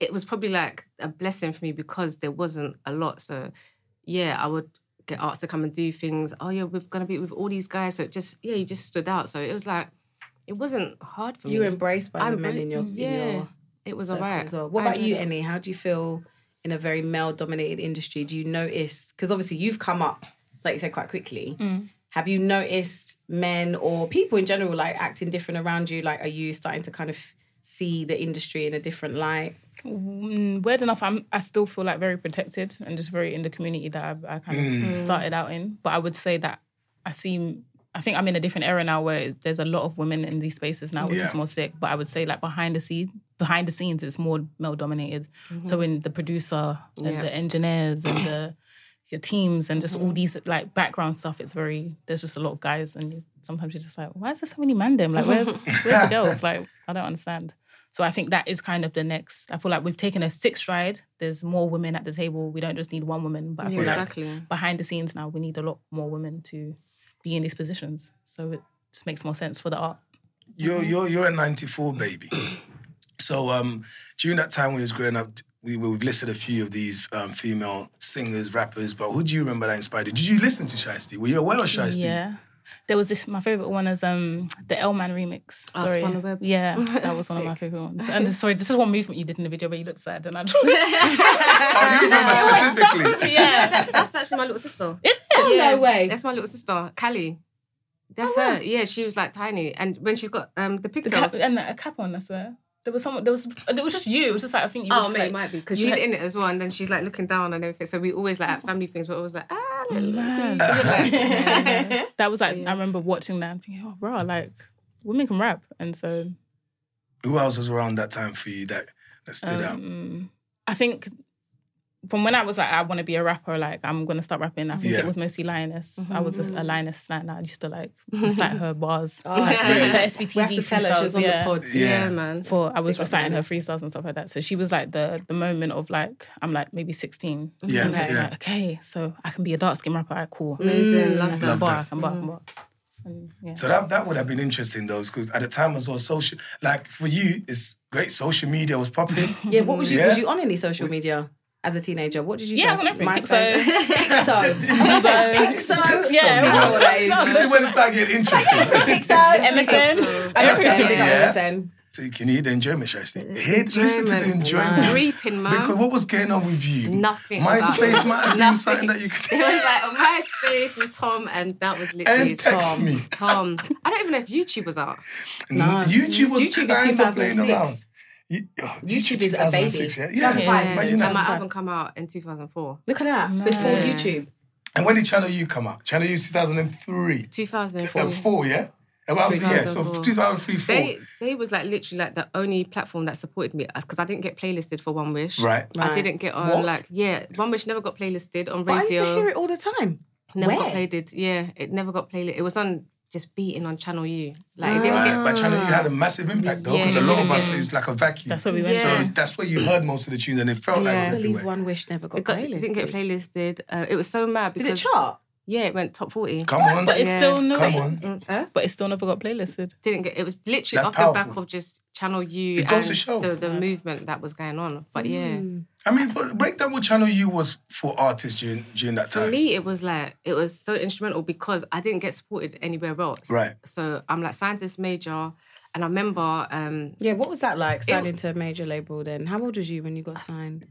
it was probably like a blessing for me because there wasn't a lot. So yeah, I would get asked to come and do things. Oh yeah, we're gonna be with all these guys. So it just yeah, you just stood out. So it was like it wasn't hard for
You
me.
were embraced by the
I'm
men
re-
in your
yeah,
in your
it was
circle
alright.
as well. What
I
about you,
enjoyed it.
Annie? How do you feel in a very male dominated industry? Do you notice because obviously you've come up, like you said, quite quickly.
Mm.
Have you noticed men or people in general like acting different around you? Like, are you starting to kind of see the industry in a different light?
Mm, weird enough, I'm I still feel like very protected and just very in the community that I, I kind of started out in. But I would say that I seem I think I'm in a different era now where there's a lot of women in these spaces now, which
Yeah.
is more sick. But I would say like behind the scene behind the scenes it's more male dominated. So in the producer and
Yeah.
the engineers and the your teams and just
Mm-hmm.
all these like background stuff, it's very there's just a lot of guys and sometimes you're just like, why is there so many men them? Like
<laughs>
where's where's the girls? Like I don't understand. So I think that is kind of the next. I feel like we've taken a six stride. There's more women at the table. We don't just need one woman, but I feel
Yeah,
like
exactly.
behind the scenes now we need a lot more women to be in these positions. So it just makes more sense for the art.
<clears throat> You're you're you're a '94 baby. So um, during that time when you was growing up, we, we've listed a few of these um, female singers, rappers, but who do you remember that inspired you? Did you listen to Shiesty? Were you aware of Shiesty?
Yeah. There was this my favorite one is um the L Man remix.
Oh,
Sorry.
Spun the Web. <laughs>
Yeah, that was one of my favorite ones. And this- sorry, this is one movement you did in the video where you looked sad and I
<laughs>
drawn
Oh, you remember specifically?
Yeah.
That- that's actually my
<laughs>
little sister.
Is it?
Yeah,
Oh, no way. Oh,
That's my little sister, Callie. That's her. Yeah, she was like tiny, and when she's got um the
The
pigtails.
cap, and a cap on, I swear. There was someone there was it was just you. It was just like I think you were
Oh,
just,
mate,
like,
it might be because
you
she's
had-
in it as well, and then she's like looking down and everything. So we always like at family things, we're always like, ah, look, look,
Mad.
look, like-
<laughs>
<laughs>
That was like I remember watching that and thinking, oh bro, like women can rap. And so
Who else was around that time for you that, that stood out?
um, I think from when I was like, I want to be a rapper, like I'm gonna start rapping. I think
Yeah.
it was mostly Lioness. I was a, a Lioness fan. I used to <laughs> like recite her bars,
Oh,
Mm-hmm. <laughs> like,
yeah.
her SBTV
We have to tell her she was
freestyles,
on
yeah.
the pod.
Yeah.
yeah, man.
For I was
Big up
reciting her
Lioness.
freestyles and stuff like that. So she was like the the moment of like I'm like maybe 16.
Yeah,
I'm just
yeah.
like okay, so I can be a dark skin rapper. Alright, cool.
Amazing,
I
love
can
that.
Love
bar,
that.
I can bar, I can bar. And, yeah.
So that that would have been interesting though, because at the time as well, social like for you, it's great. Social media was popular.
Yeah, what was you
Yeah.
was you on any social media as a teenager? What did you
Yeah, I
guys-
was on everything.
MySpace?
So- <laughs>
Pixo. Pixo.
Yeah,
You know what that is.
no,
this is when it started getting interesting.
Pixo.
MSN.
MSN, big up
Yeah.
MSN.
so you can hear the enjoyment, should I say? Hear, listen to the
Enjoyment.
enjoyment.
Reaping, man.
Because what was going on with you?
Nothing
MySpace
about-
might have been
Nothing.
something that you
It was <laughs>
could.
<laughs> like on MySpace with Tom, and that was literally
And text
Tom.
me.
Tom, I don't even know if YouTube was out.
YouTube was
YouTube is
kind of playing
2006.
around. You- oh,
YouTube is a
2006,
baby.
Yeah, yeah.
Yeah.
imagine
and my
that.
album come out in 2004,
Look at that. Before YouTube.
And when did Channel U come out? Channel U is 2003.
2004.
Uh, Four, yeah? About, yeah, so
2004.
2003, four.
They they was like literally like the only platform that supported me because I didn't get playlisted for One Wish.
Right.
I didn't get on
What?
like yeah One Wish never got playlisted on radio.
But I used to hear it all the time.
Never
Where?
got playlisted. Yeah, it never got playlisted. It was on just beating on Channel U. Like it
Ah.
didn't
Right,
get.
But Channel U had a massive impact though, because a lot of us it was like a vacuum.
That's what we went
Yeah.
So that's where you heard most of the tunes, and it felt like
Yeah.
it
I
was
believe
everywhere.
One Wish never got,
It got,
playlisted.
didn't get playlisted. Uh, it was so mad
Did
because
it chart?
yeah, it went top forty.
Come on,
But it's still no.
come on.
Huh?
But it still never got playlisted.
didn't get. It was literally
That's
off the back
powerful.
of just Channel U
It goes
and
to show.
the, the movement that was going on. But yeah,
Mm.
I mean, but break down what Channel U was for artists during during that
for
time.
me, it was like it was so instrumental because I didn't get supported anywhere else.
Right.
So I'm like scientist major, and I remember um
Yeah, what was that like signing to a major label then? How old was you when you got signed?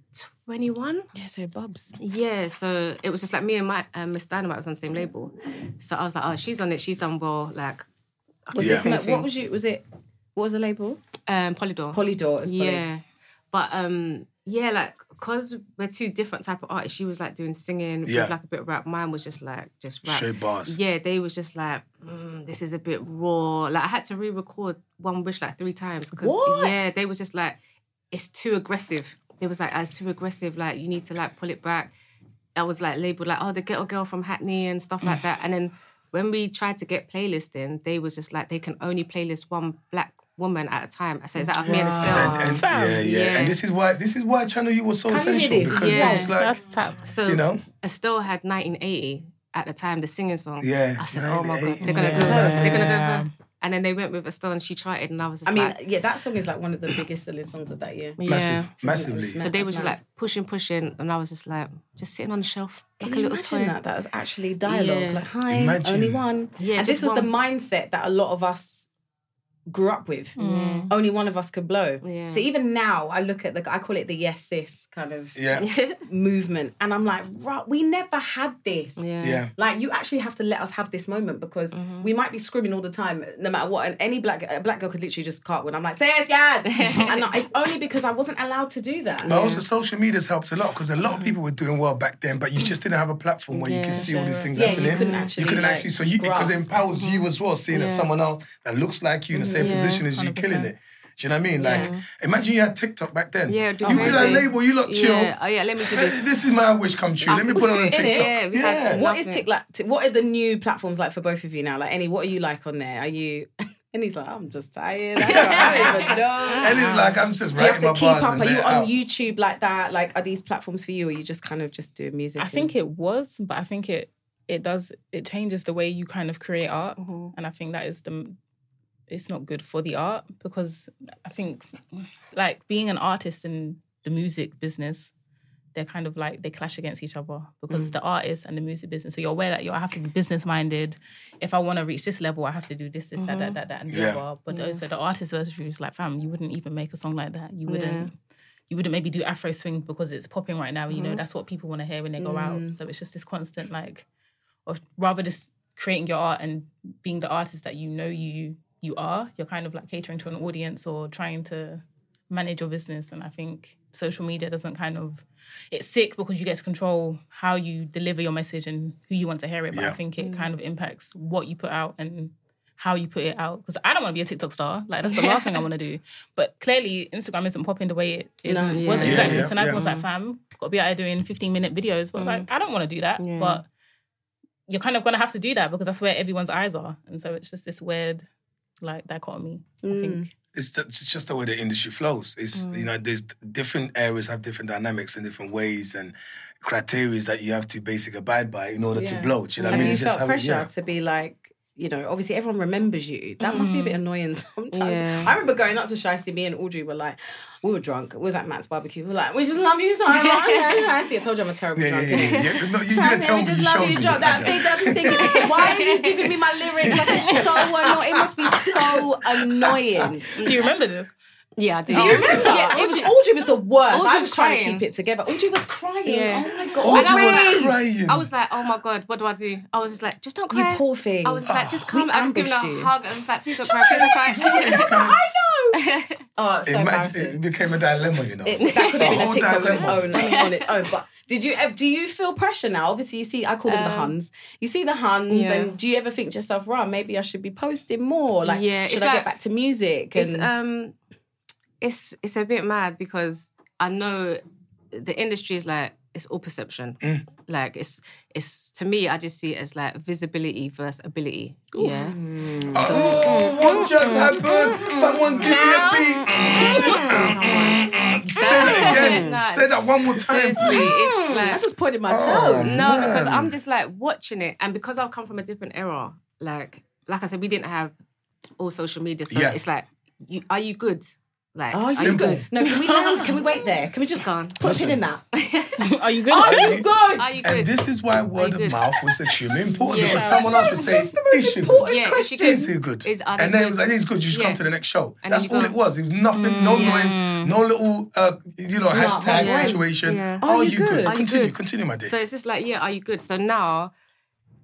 21.
Yeah, so Bubs.
Yeah, so it was just like me and my um, Miss Dynamite was on the same label, so I was like, oh, she's on it, she's done well, like. I can
Was
do
Yeah.
the same
this, what
thing.
was you, was it, what was the label?
um, Polydor?
Polydor. it was Poly.
Yeah. But um yeah, like because we're two different type of artists. She was like doing singing
Yeah.
with like a bit of rap. Mine was just like just rap.
Straight bars.
Yeah, they was just like, mm, this is a bit raw. Like I had to re-record one wish like three times because
What?
yeah, they was just like, it's too aggressive. They was like, it's too aggressive. Like you need to like pull it back. I was like labeled like, oh, the ghetto girl from Hackney and stuff like
<sighs>
that. And then when we tried to get playlisting, they was just like, they can only playlist one black woman at a time. So it's like "Oh, me and Estelle.
And, and,
Fam.
yeah, yeah,
Yeah.
and this is why this is why Channel U was so
Can you hear
essential
this?
because
Yeah.
it was like
E That's tap.
So
You know?
Estelle had 1980 at the time, the singing song.
Yeah,
I said, oh my god,
1980.
they're gonna go
Yeah.
first. They're gonna go first. And then they went with Estelle and she charted, and I was just
I mean,
like,
yeah, that song is like one of the biggest selling songs of that year.
yeah.
massive, massively.
So they were
That's
just
mad.
like pushing, pushing, and I was just like, just sitting on the shelf like
Can
a
you
little
imagine
toy.
that? That was actually dialogue.
Yeah.
Like, hi,
Imagine.
only one.
Yeah,
and this was
just
the mindset that a lot of us grew up with. Mm. Only one of us could blow.
Mm. Yeah.
So even now, I look at the, I call it the yes sis kind of
Yeah,
<laughs>
yeah,
movement, and I'm like, right, we never had this.
Yeah. Mm-hmm.
yeah.
Like you actually have to let us have this moment because we might be screaming all the time, no matter what. And any black a black girl could literally just cartwheel. I'm like, say yes,
<laughs>
yes. and it's only because I wasn't allowed to do that.
But also, social media's helped a lot because a lot of people were doing well back then, but you just didn't have a platform where you could see all these things
Yeah, you
happening.
couldn't actually,
couldn't
like,
actually- so you because it
grasp. Mm-hmm.
empowers you as well, seeing as someone else that looks like you in the same position as you, killing it. Do you know what I mean? Like, imagine you had TikTok back then.
Yeah, it'd be
you be like,
crazy.
label, you look chill.
Yeah, oh yeah, let me do
Hey, <laughs>
this.
This is my wish come true. Let me put it on a
Innit?
TikTok.
Yeah, we had
yeah.
one-
What is tick like? t- what are the new platforms like for both of you now? Like, any? What are you like on there? Are you? <laughs> And he's like, I'm just tired. I don't, I don't even <laughs> know.
And it's like I'm just
Uh-huh. Do you
writing
have to
my
keep
bars
up?
and
Are you
let it
on
out.
YouTube like that? Like, are these platforms for you, or are you just kind of just doing music?
I think it was, but I think it it does it changes the way you kind of create art, and I think that is the it's not good for the art because I think like being an artist in the music business, they're kind of like they clash against each other because the artist and the music business. So you're aware that you I have to be business minded. If I want to reach this level, I have to do this, this, that, that, that, that, and the
Yeah.
other. But also the artist versus you is like, fam, you wouldn't even make a song like that. You wouldn't. You wouldn't maybe do Afro swing because it's popping right now. You know that's what people want to hear when they go out. So it's just this constant like, of rather just creating your art and being the artist that you know you you are. You're kind of like catering to an audience or trying to manage your business. And I think social media doesn't kind of it's sick because you get to control how you deliver your message and who you want to hear it. But I
Yeah.
think it kind of impacts what you put out and how you put it out. Because I don't want to be a TikTok star. Like that's the last thing I want to do. But clearly Instagram isn't popping the way it is.
No,
was
yeah. Yeah,
exactly.
yeah,
so now
yeah.
everyone's like, fam, gotta be out there doing 15 minute videos. But
Mm.
like I don't want to do that.
Yeah.
But you're kind of gonna have to do that because that's where everyone's eyes are. And so it's just this weird like dichotomy,
Mm.
I think.
it's, ju- it's just the way the industry flows. It's you know, there's different areas have different dynamics and different ways and criteria that you have to basically abide by in order
Yeah.
to blow. Do you know what I
Have
mean?
you
It's just
felt
how-
pressure
yeah.
to be like, you know, obviously everyone remembers you. That must be a bit annoying <laughs> sometimes.
Yeah.
I remember going up to Shiesty, me and Audrey were like, we were drunk. We was at Matt's barbecue. We were like, we just love you so <laughs> much. Shiesty, I told you I'm a terrible
Yeah,
drunk. <laughs>
yeah, yeah. yeah. No, you
Tell
didn't
me,
tell
we
me.
just
you
love
showed
you,
me.
John. That big dad
<laughs>
was thinking, why are you giving me my lyrics? Like, it's so annoying. It must be so annoying.
Do you remember this?
<laughs>
<laughs> Yeah, I do.
Do you remember? Yeah, it was Audrey was the worst. I
Audrey
was
was
trying to
crying.
keep it together. Audrey was crying.
Yeah.
Oh my god.
Oh,
I
she was
was-
crying.
I was like, <laughs> oh my god, what do I do? I was just like, just don't
you
cry.
poor thing.
I was just like, just come. I was giving her
ambushed you.
a hug. I was like, please don't cry, please don't cry. <laughs> I know.
oh, it's
<laughs> Imagine,
so embarrassing.
it became a dilemma, you know.
It- that could
The
have been a Oh,
whole
TikTok on its
dilemma.
own, like, on its own.
<laughs>
But did you ev- do you feel pressure now? Obviously, you see, I call them the Huns. You see the Huns,
Um, yeah.
and do you ever think to yourself, "Right, maybe I should be posting more? Like,
Yeah,
should
it's
I get
like-
back to music?"
It's
And
um, it's it's a bit mad because I know the industry is like it's all perception. Like it's it's to me, I just see it as like visibility versus ability. Yeah.
Oh, what just happened? Someone give me a beat. Say that again.
Like-
Say that one more time,
Honestly,
please.
<laughs>
it's
Hmm, I
like
just pointed my
Oh.
toes.
No, because I'm just like watching it, and because I've come from a different era, like like I said, we didn't have all social media, so
Yeah.
it's like, you, are you good? Like,
Are you
Simple.
good? No, can we land? Can we wait there? Can we just
Gone.
put shit in that?
Are you good?
Are
you-
you good?
Are you good?
And this is why word of
good?
mouth was
<laughs>
extremely important
Yeah.
because someone else would say, "Is she good?
important Yeah, is she question. good?
Is he good?"
Is- are they
and then it
good?
was like, "He's good. You should come
Yeah.
to the next show."
And
That's
you
all
go- "Mm,
it was. It was nothing, no noise, no little, uh, you know, hashtag
yeah.
situation.
Yeah.
Are, you good?
Are you
Continue,
good?
continue, my dear.
So it's just like, yeah, are you good? So now,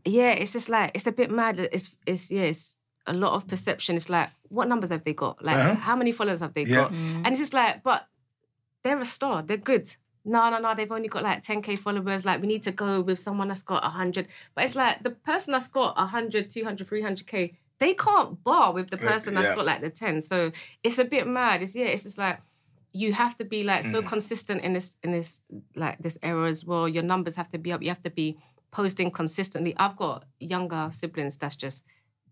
yeah, it's just like it's a bit mad. It's it's yeah, it's a lot of perception. It's like, what numbers have they got? Like,
Uh-huh.
how many followers have they
Yeah.
got? And it's just like, but they're a star. They're good. No, no, no. They've only got like 10k followers. Like, we need to go with someone that's got 100. But it's like the person that's got 100, 200, 300k, they can't bar with the person
yeah.
that's got like the 10. So it's a bit mad. It's yeah. It's just like you have to be like so
Mm.
consistent in this in this like this era as well. Your numbers have to be up. You have to be posting consistently. I've got younger siblings that's just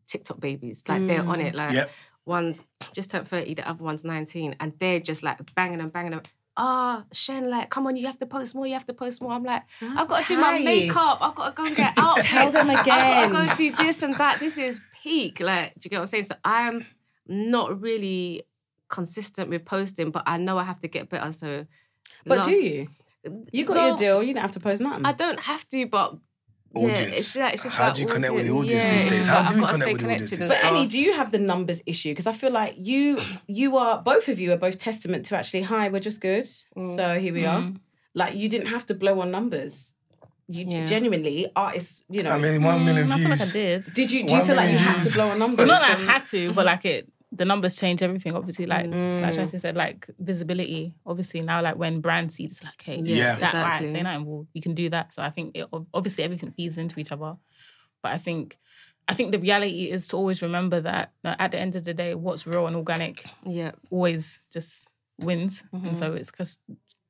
TikTok babies. Like they're on
Mm.
it. Like
Yep.
one's just turned 30, the other one's 19. And they're just like banging and banging them. Ah, Shen, like, come on, you have to post more, you have to post more. I'm like, I've got to do my
tight.
makeup, I've got to go and
<laughs>
get outfits.
Tell
<laughs>
them
I've got
again.
to go do this and that. This is peak. Like, do you get what I'm saying? So I'm not really consistent with posting, but I know I have to get better. So
But
last-
do you? You got
No.
your deal. You don't have to post nothing.
I don't have to, but yeah,
Audience.
it's like- it's just
How
like
do you connect with the audience
yeah,
these
it's
days?
just
How
like,
do
I've
you
got to
connect
stay
with the audience
connected
these
and
But
stuff.
Annie, do you have the numbers issue? Because I feel like you you are both of you are both testament to actually, hi, we're just good. So here we are. Like you didn't have to blow on numbers. You
Yeah.
genuinely artists, you know.
I mean, one million
mm,
I feel like I
views.
did.
did you do you
one
feel like you
million
had to
views.
blow on numbers?
Not that I
<laughs>
had to, but like it, the numbers change everything. Obviously, like like Chelsea said, like visibility. Obviously now, like when brands see, it's like, hey,
Yeah.
yeah, that
Exactly.
right, say nothing, well, you can do that. So I think it, ob- obviously everything feeds into each other, but I think. I think the reality is to always remember that uh, at the end of the day, what's real and organic
yeah,
always just wins, and
Mm-hmm.
so it's just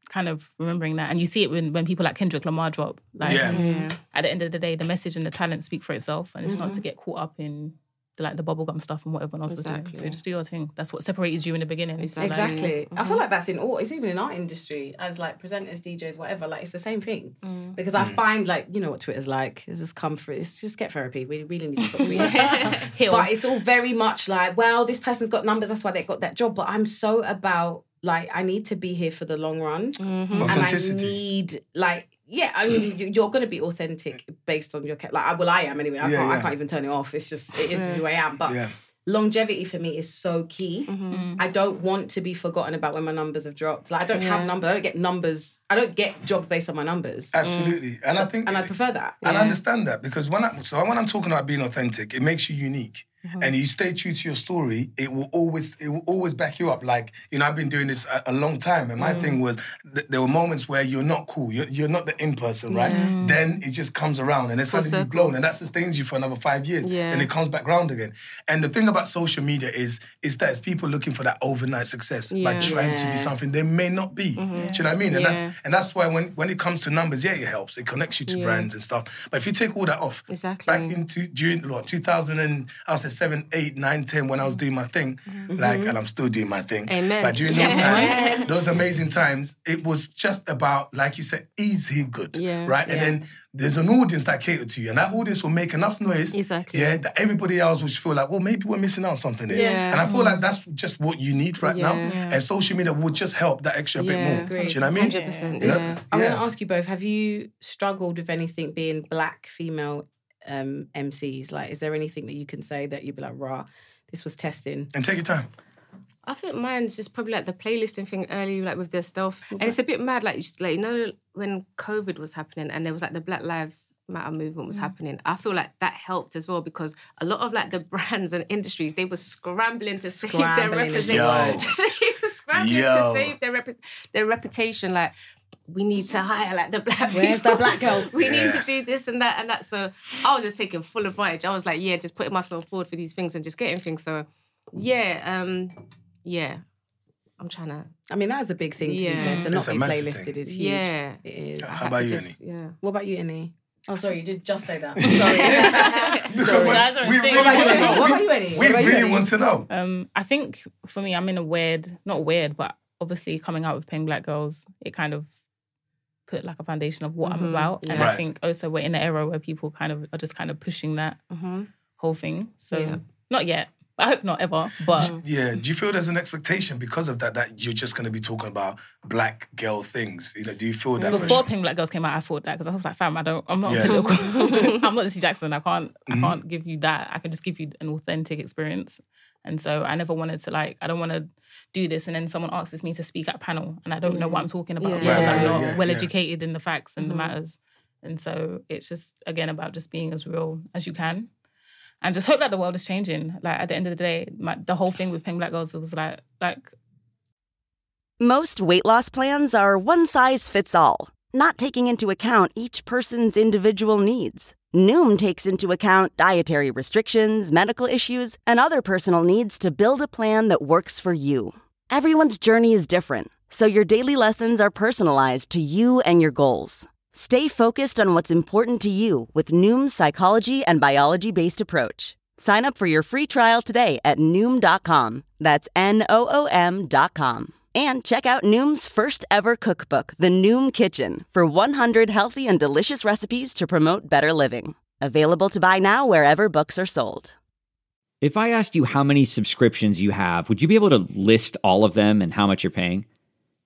kind of remembering that. And you see it when, when people like Kendrick Lamar drop, like
Yeah.
at the end of the day, the message and the talent speak for itself, and it's not to
Mm-hmm.
get caught up in the, like the bubblegum stuff and what everyone else is doing.
Exactly.
So just do your thing. That's what separated you in the beginning. So, like,
Exactly. I feel like that's in all. It's even in our industry as like presenters, DJs, whatever. Like it's the same thing because
Mm.
I find like you know what Twitter's like. It's just come through. It's just get therapy. We really need to talk to
<laughs>
you. but it's all very much like, well, this person's got numbers. That's why they got that job. But I'm so about like I need to be here for the long run,
Mm-hmm.
and I
Authenticity.
need like yeah. I mean, you- you're going to be authentic based on your ca- like. I- Well, I am anyway. I
Yeah,
can't. I
yeah.
can't even turn it off. It's just it is who I am. But
Yeah.
longevity for me is so key.
Mm-hmm.
Mm.
I don't want to be forgotten about when my numbers have dropped. Like I don't have numbers. I don't get numbers. I don't get jobs based on my numbers,
Absolutely.
Mm.
And I think
and I prefer that.
And I understand that because when I so when I'm talking about being authentic, it makes you unique. And you stay true to your story, it will always it will always back you up. Like you know, I've been doing this a, a long time, and my thing was th- there were moments where you're not cool, you're, you're not the in person, right? Then it just comes around, and then suddenly you've blown, and that sustains you for another five years,
Yeah.
and it comes back round again. And the thing about social media is is that it's people looking for that overnight success by trying to be something they may not be.
Mm-hmm.
Do you know what I mean? And that's and that's why when when it comes to numbers, yeah, it helps. It connects you to brands and stuff. But if you take all that off,
Exactly.
Back into during what 2000 and I was at seven, eight, nine, ten when I was doing my thing,
Mm-hmm.
Mm-hmm.
like, uh, and I'm still doing my thing.
Amen.
But during those times, those amazing times, it was just about like you said, is he good,
Yeah.
right? And then there's an audience that catered to you, and that audience will make enough noise,
Exactly.
yeah, that everybody else would feel like, well, maybe we're missing out on something here.
Yeah.
And I feel like
Mm.
that's just what you need right now,
Yeah.
and social media would just help that extra bit
Yeah.
more.
Agreed.
Do you know what I mean?
Hundred percent.
You know?
Yeah.
I'm
Yeah.
going to ask you both: Have you struggled with anything being black female um, MCs? Like, is there anything that you can say that you'd be like, "Rah, this was testing"?
And take your time.
I think mine's just probably like the playlisting thing early, like with their stuff, and it's a bit mad. Like, you just, like you know, when COVID was happening, and there was like the Black Lives Matter movement
Mm.
was happening. I feel like that helped as well because a lot of like the <laughs> brands and industries they were scrambling to save their
Scrambling as
reputation.
well.
<laughs> they were scrambling
Yo.
to save their rep- their reputation. Like, we need to hire like the black.
Where's
people.
the black girls?
we need to do this and that and that. So I was just taking full advantage. I was like, yeah, just putting myself forward for these things and just getting things. So yeah, um, yeah. I'm trying to.
I mean, that is a big thing to
Yeah.
be fair. To
It's
not
a
be
massive
playlisted
thing. Uh,
is huge.
Yeah.
It is.
I
How
had
about
to
you,
<laughs> just, Yeah.
What about you, Annie? Oh, sorry, you did just say that. <laughs>
That's what
<laughs>
I'm
we
saying.
really
What about
wanna
you?
know.
What
We-
about you, Eddie?
We
What about you,
really
Eddie?
want to know.
Um, I think for me, I'm in a weird, not weird, but obviously coming out with Pink Black Girls, it kind of put like a foundation of what I'm about. And
Right.
I think also we're in an era where people kind of are just kind of pushing that
Mm-hmm.
whole thing. So not yet. I hope not ever. But
Yeah. Do you feel there's an expectation because of that that you're just going to be talking about black girl things? You know, do you feel that
before
pressure?
Pink Black Girls came out, I thought that because I was like, fam, I don't, I'm not
Yeah. Mm-hmm.
political. <laughs> I'm not Jesse Jackson. I can't, I can't give you that. I can just give you an authentic experience. And so I never wanted to like, I don't want to do this. And then someone asks me to speak at a panel and I don't know what I'm talking about because
Right,
I'm
right,
not
yeah,
well
yeah.
educated in the facts and the matters. And so it's just, again, about just being as real as you can. And just hope that the world is changing. Like at the end of the day, my, the whole thing with Pink Black Girls was like, like
Most weight loss plans are one size fits all, not taking into account each person's individual needs. Noom takes into account dietary restrictions, medical issues, and other personal needs to build a plan that works for you. Everyone's journey is different, so your daily lessons are personalized to you and your goals. Stay focused on what's important to you with Noom's psychology and biology based approach. Sign up for your free trial today at Noom.com. That's N O O M.com. And check out Noom's first ever cookbook, The Noom Kitchen, for 100 healthy and delicious recipes to promote better living. Available to buy now wherever books are sold.
If I asked you how many subscriptions you have, would you be able to list all of them and how much you're paying?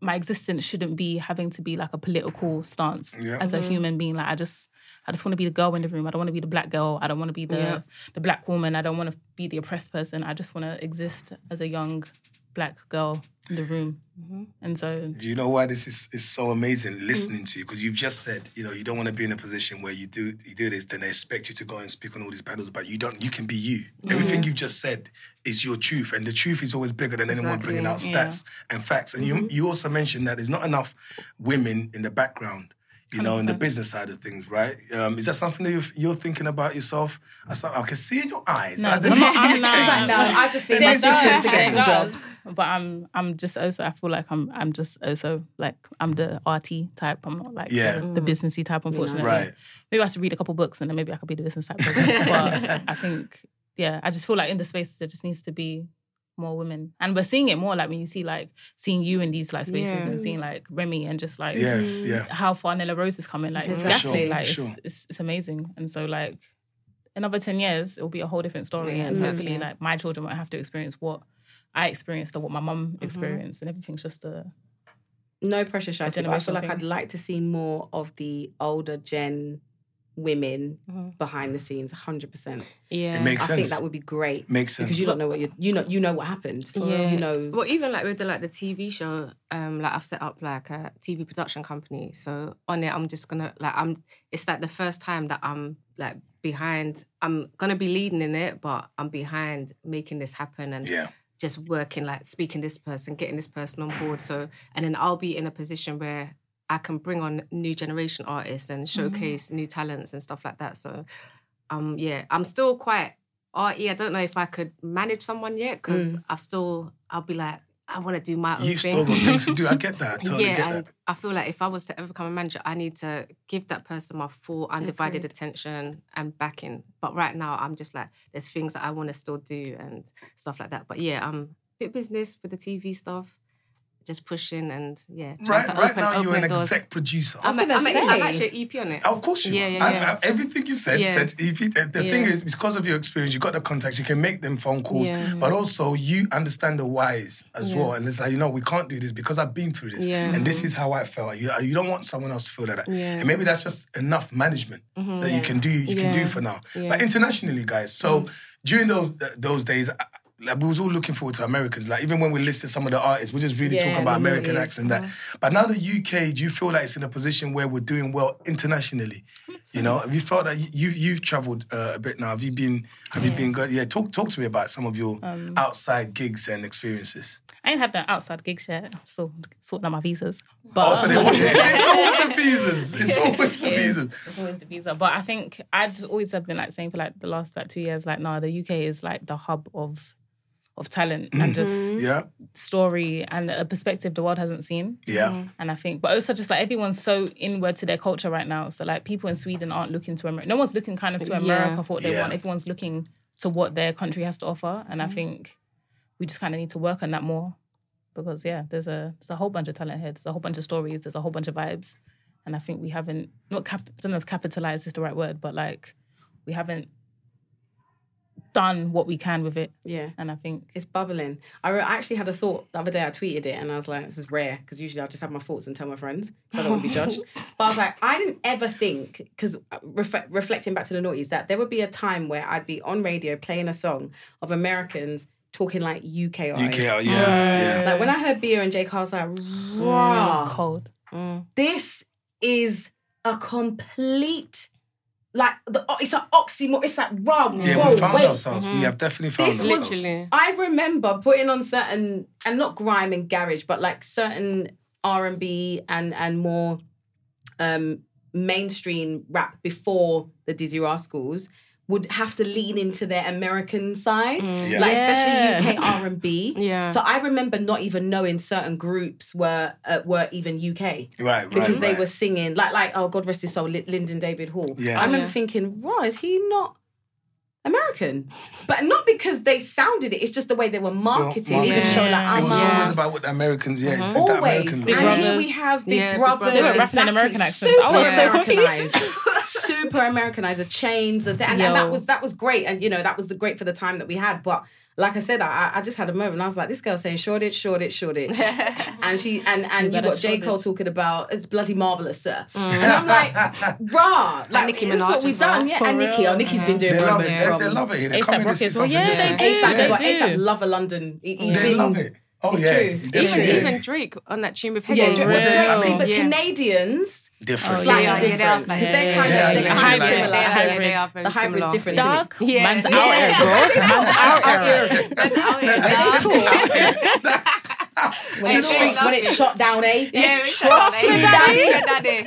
my existence shouldn't be having to be like a political stance
Yeah.
as a human being. Like I just I just want to be the girl in the room. I don't want to be the black girl. I don't want to be the the black woman. I don't want to be the oppressed person. I just want to exist as a young black girl in the room. And so,
Do you know why this is, is so amazing listening to you? Because you've just said, you know, you don't want to be in a position where you do you do this, then they expect you to go and speak on all these panels, but you don't. You can be you. Everything you've just said is your truth, and the truth is always bigger than anyone bringing out stats and facts. And you you also mentioned that there's not enough women in the background. You know, in the business side of things, right? Um, is that something that you're, you're thinking about yourself? I, saw, I can see in your eyes. No,
I'm not- I'm not-
<laughs> No, I just think
There
my
It
It's does,
does,
sister's
just a
getting
it
different
jobs.
does. But I'm I'm just also I feel like I'm I'm just also like I'm the RT type. I'm not like
Yeah.
the, the businessy type, unfortunately.
Right.
Maybe I should read a couple books and then maybe I could be the business type. Person. but I think yeah, I just feel like in the spaces there just needs to be more women, and we're seeing it more. Like when you see like seeing you in these like spaces
Yeah.
and seeing like Remy and just like
<laughs> Yeah, yeah.
how far Nella Rose is coming. Like it's
For sure,
definitely
for
like
sure.
it's, it's, it's amazing. And so like another ten years, it'll be a whole different story. and hopefully like my children won't have to experience what I experienced or what my mum
Mm-hmm.
experienced, and everything's just a
No pressure, Shati, but I feel
generational
like
thing.
I'd like to see more of the older gen women behind the scenes, 100%.
Yeah.
It makes
I think
sense.
that would be great.
Makes
Because you
sense.
don't know what you you know you know what happened. You know
Well, even like with the like the TV show, um, like I've set up like a TV production company. So on it, I'm just gonna like I'm. It's like the first time that I'm like behind. I'm gonna be leading in it, but I'm behind making this happen and
Yeah.
just working like speaking this person, getting this person on board. So and then I'll be in a position where I can bring on new generation artists and
Mm-hmm.
showcase new talents and stuff like that. So um yeah, I'm still quite RE. I don't know if I could manage someone yet because I've still I'll be like I want to do my own
Mm. You've still
thing.
got
<laughs>
things to do. I get that. I totally
yeah,
get
and
that.
I feel like if I was to ever become a manager, I need to give that person my full undivided attention and backing. But right now, I'm just like there's things that I want to still do and stuff like that. But yeah, I'm a bit business with the TV stuff, just pushing and yeah. trying
Right,
to
right
open-
now you're
open
an
doors.
exec producer.
I'm, a,
gonna
I'm, a, I'm
say.
actually EP on it.
Of course you
Yeah,
are.
yeah,
I-
yeah.
I- everything you said,
Yeah.
said if you- the, the thing
Yeah.
is, because of your experience, you got the contacts, you can make them phone calls,
Yeah.
but also you understand the whys as
Yeah.
well. And it's like, you know, we can't do this because I've been through this.
Yeah.
And this is how I felt. You, you don't want someone else to feel like that.
Yeah.
And maybe that's just enough management that you can do, you can do
Yeah.
for now.
Yeah.
But internationally, guys,
Mm.
so during those th- those days, I- like we was all looking forward to Americans. Like even when we listed some of the artists, we're just really
Yeah,
talking about
the
American
movies.
acts and that. But now the UK, do you feel like it's in a position where we're doing well internationally? You know, have you felt that you you've travelled uh, a bit now? Have you been have you been good? Yeah, talk talk to me about some of your
Um,
outside gigs and experiences.
I ain't had no outside gigs yet. I'm still sorting out my visas. But
Oh, so they want <laughs> it. It's always the
<laughs>
visas. It's always the visas.
It's always the visa. But I think I just always have been like saying for like the last like two years, like, nah, the UK is like the hub of of talent and just
Yeah,
story and a perspective the world hasn't seen.
yeah.
And I think, but also just like everyone's so inward to their culture right now. So like people in Sweden aren't looking to America. No one's looking kind of to America for what they
Yeah.
want. Everyone's looking to what their country has to offer. And I think we just kind of need to work on that more because yeah, there's a there's a whole bunch of talent here. There's a whole bunch of stories. There's a whole bunch of vibes. And I think we haven't not cap- I don't know if capitalized is the right word, but like we haven't done what we can with it.
yeah.
And I think
It's bubbling. I re- I actually had a thought the other day. I tweeted it and I was like, this is rare because usually I just have my thoughts and tell my friends. So I don't want to be judged. but I was like, I didn't ever think, because reflect, reflecting back to the noughties, that there would be a time where I'd be on radio playing a song of Americans talking like UK artists.
UK, yeah, yeah.
Like when I heard Beer and Jake, I was like,
Mm,
raw
cold.
this is a complete like the it's an oxymoron. It's like wow,
Yeah,
whoa,
we found
wait. Mm-hmm.
ourselves. We have definitely found
This
ourselves.
Literally.
I remember putting on certain and not grime and garage, but like certain R and B and and more um mainstream rap before the Dizzy Rascals would have to lean into their American side,
Yeah.
like
Yeah.
especially UK R and B.
Mm. Yeah.
So I remember not even knowing certain groups were uh, were even UK
Right, right.
because they
right.
were singing like like oh God rest his soul, Lin- Lyndon David Hall.
Yeah.
I remember
Yeah.
thinking, "Raw, is he not American?" But not because they sounded it; it's just the way they were marketed.
Well,
It would show like
Yeah.
I'm
It was
a-
always about what the Americans, yeah. It's, it's that
always.
American.
Big
and
look.
here
Brothers.
we have Big
Yeah, Big
Brother.
Brother. They were rapping in
American accents. I was so confused.
Americanized. super Americanized. The chains, the th- and,
Yo.
and that was that was great. And you know that was the great for the time that we had. But like I said, I, I just had a moment. I was like, this girl saying Shoreditch, Shoreditch, Shoreditch, and she and and you,
got a
got J Cole
Shoreditch.
talking about it's bloody marvelous, sir. And
<laughs>
I'm like, rah, like
Nicki
this is
Minaj
what
as
we've
well.
done, yeah.
For
and Nicki,
real.
oh, Nicki's been doing
They love it.
Robin
They,
from
they love it here. They
A$AP
come in,
Rocky
this is
as well.
something
Yeah,
different.
they
ASAP,
do.
well, ASAP love a London. He- he's
They
been-
love it. Oh yeah,
Even,
Definitely.
even Drake on that tune with
Yeah,
Headache.
Drake-
Well, there's- I
Drake,
mean-
but
Yeah.
Canadians
different. <laughs>
Oh,
slightly
yeah, yeah,
different
they are
because
slightly
they're kind
different.
of
Yeah,
they're
yeah,
kind of
yeah.
similar.
Hybrids.
They are,
Hybrids.
they are very
The hybrid's
similar.
different.
Dark
Yeah.
man's
<laughs> Yeah.
out here, bro.
<laughs>
Man's out here. <laughs>
That's how it is.
<laughs>
When it
They
streets,
love
when it
it.
shut down, eh?
<laughs> Yeah,
Trust me, daddy.
daddy.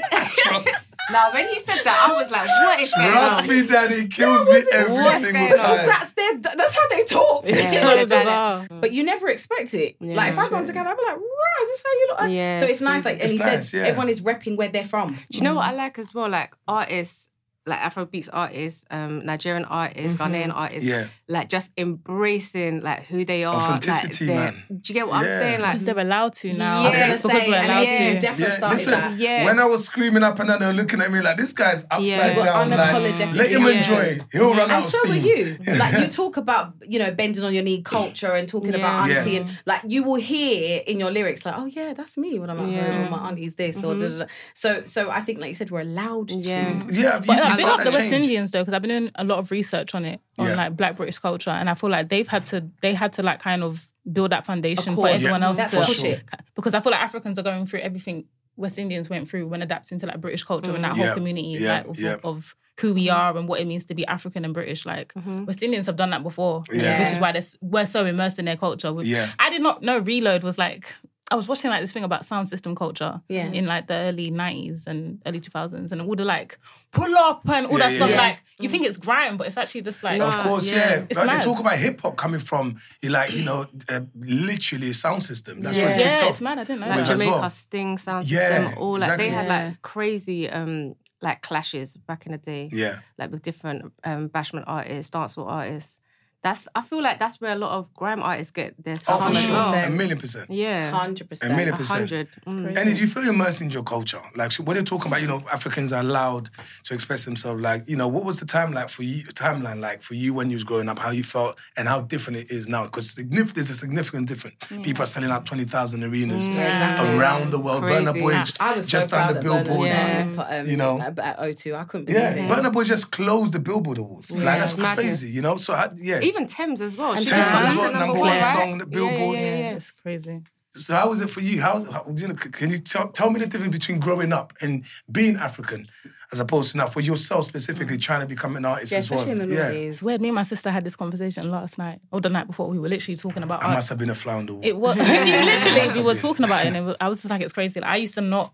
Now, when he said that, I was like, what is going
Trust
on?
me, daddy kills me every
what's
single
going on?
time.
That's their. That's how they talk. <laughs>
Yeah.
<laughs> So bizarre.
But you never expect it.
Yeah.
like if I gone to Canada, I'd be like, "Wow, is this how you look?" at-"
Yeah,
so
it's
it's nice. Like, and he
It's nice,
said,
yeah.
everyone is repping where they're from.
Do you know what I like as well? Like artists, like Afrobeats artists, um, Nigerian artists, Ghanaian artists,
Yeah.
like just embracing like who they are. like,
Authenticity,
their-
man.
Do you get what
Yeah.
I'm
Because
saying? Like,
they're allowed to now.
Yeah,
I think
I
it's
was
because
saying,
we're
and
allowed to.
yeah,
definitely.
Yeah,
started
listen.
that.
Yeah.
When I was screaming up and down, they were looking at me like, "This guy's upside
Yeah. Well,
down." Like,
unapologetic.
let him
Yeah.
enjoy. He'll run out
And
of
so
steam.
are you. Like you talk about, you know, bending on your knee culture and talking about
Yeah.
auntie and like you will hear in your lyrics like, oh yeah, that's me when I'm at
Yeah.
home or my auntie's this or da, da, da. So so I think like you said, we're allowed to.
Yeah.
Yeah, you,
But
you
I've been
got
up
that
the West
change.
Indians though, because I've been doing a lot of research on it, on
Yeah.
like Black British culture, and I feel like they've had to, they had to like kind of build that foundation for
course.
everyone
Yeah.
else
That's
to
for sure.
because I feel like Africans are going through everything West Indians went through when adapting to like British culture and that
Yeah.
whole community
Yeah.
like, of,
Yeah.
of who we are and what it means to be African and British. Like
mm-hmm.
West Indians have done that before,
Mm-hmm. Yeah.
which is why they're s- we're so immersed in their culture. We-
Yeah.
I did not know Reload was like. I was watching like this thing about sound system culture
Yeah.
in like the early 90s and early 2000s and all the like pull up and all all
Yeah,
that
yeah,
stuff.
yeah.
Like you think it's grime, but it's actually just like
Of course,
yeah.
yeah.
Ah, It's
Like, they
mad.
talk about hip hop coming from, like, you know, uh, literally sound system. That's where it kicked
yeah,
off.
it's mad. I didn't know.
like
Which
that.
as
Jamaica
well.
Sting sound
Yeah,
system, all like they
exactly.
had like crazy um like clashes back in the day.
Yeah.
Like with different um bashment artists, dancehall artists. That's I feel like that's where a lot of grime artists get their stuff
Oh, for
from as
sure.
well.
A million percent.
Yeah.
Hundred
A
percent.
million
A
percent.
hundred. Mm.
And did you feel immersed in your culture? Like so when you're talking about, you know, Africans are allowed to express themselves. Like, you know, what was the time like for you? Timeline like for you when you was growing up, how you felt, and how different it is now? Because significant, there's a significant difference. People are selling out twenty thousand arenas
exactly.
around the world.
Crazy.
Burner Boy just
I was
just
so
on
proud
the
of Bernard
billboards.
Yeah.
Put, um,
you know.
at at O2, I couldn't believe
Yeah, uh,
it.
Burner Boy just closed the Billboard Awards. Like that's
Madness.
crazy, you know. So I, yeah,
Even Thames as well. She
Thames
was
as
number
well, number one
right?
song, the
Yeah, yeah, yeah,
Billboards.
yeah.
It's crazy.
So how was it for you? How's how, you know, c- can you tell, tell me the difference between growing up and being African, as opposed to now for yourself specifically trying to become an artist
Yeah,
as well?
especially in the
yeah,
noughties.
It's weird. Me and my sister had this conversation last night or the night before. We were literally talking about
I
art.
must have been a fly on the wall.
It
<laughs>
was <laughs> literally we were talking about it, and it was, I was just like, it's crazy. Like, I used to not.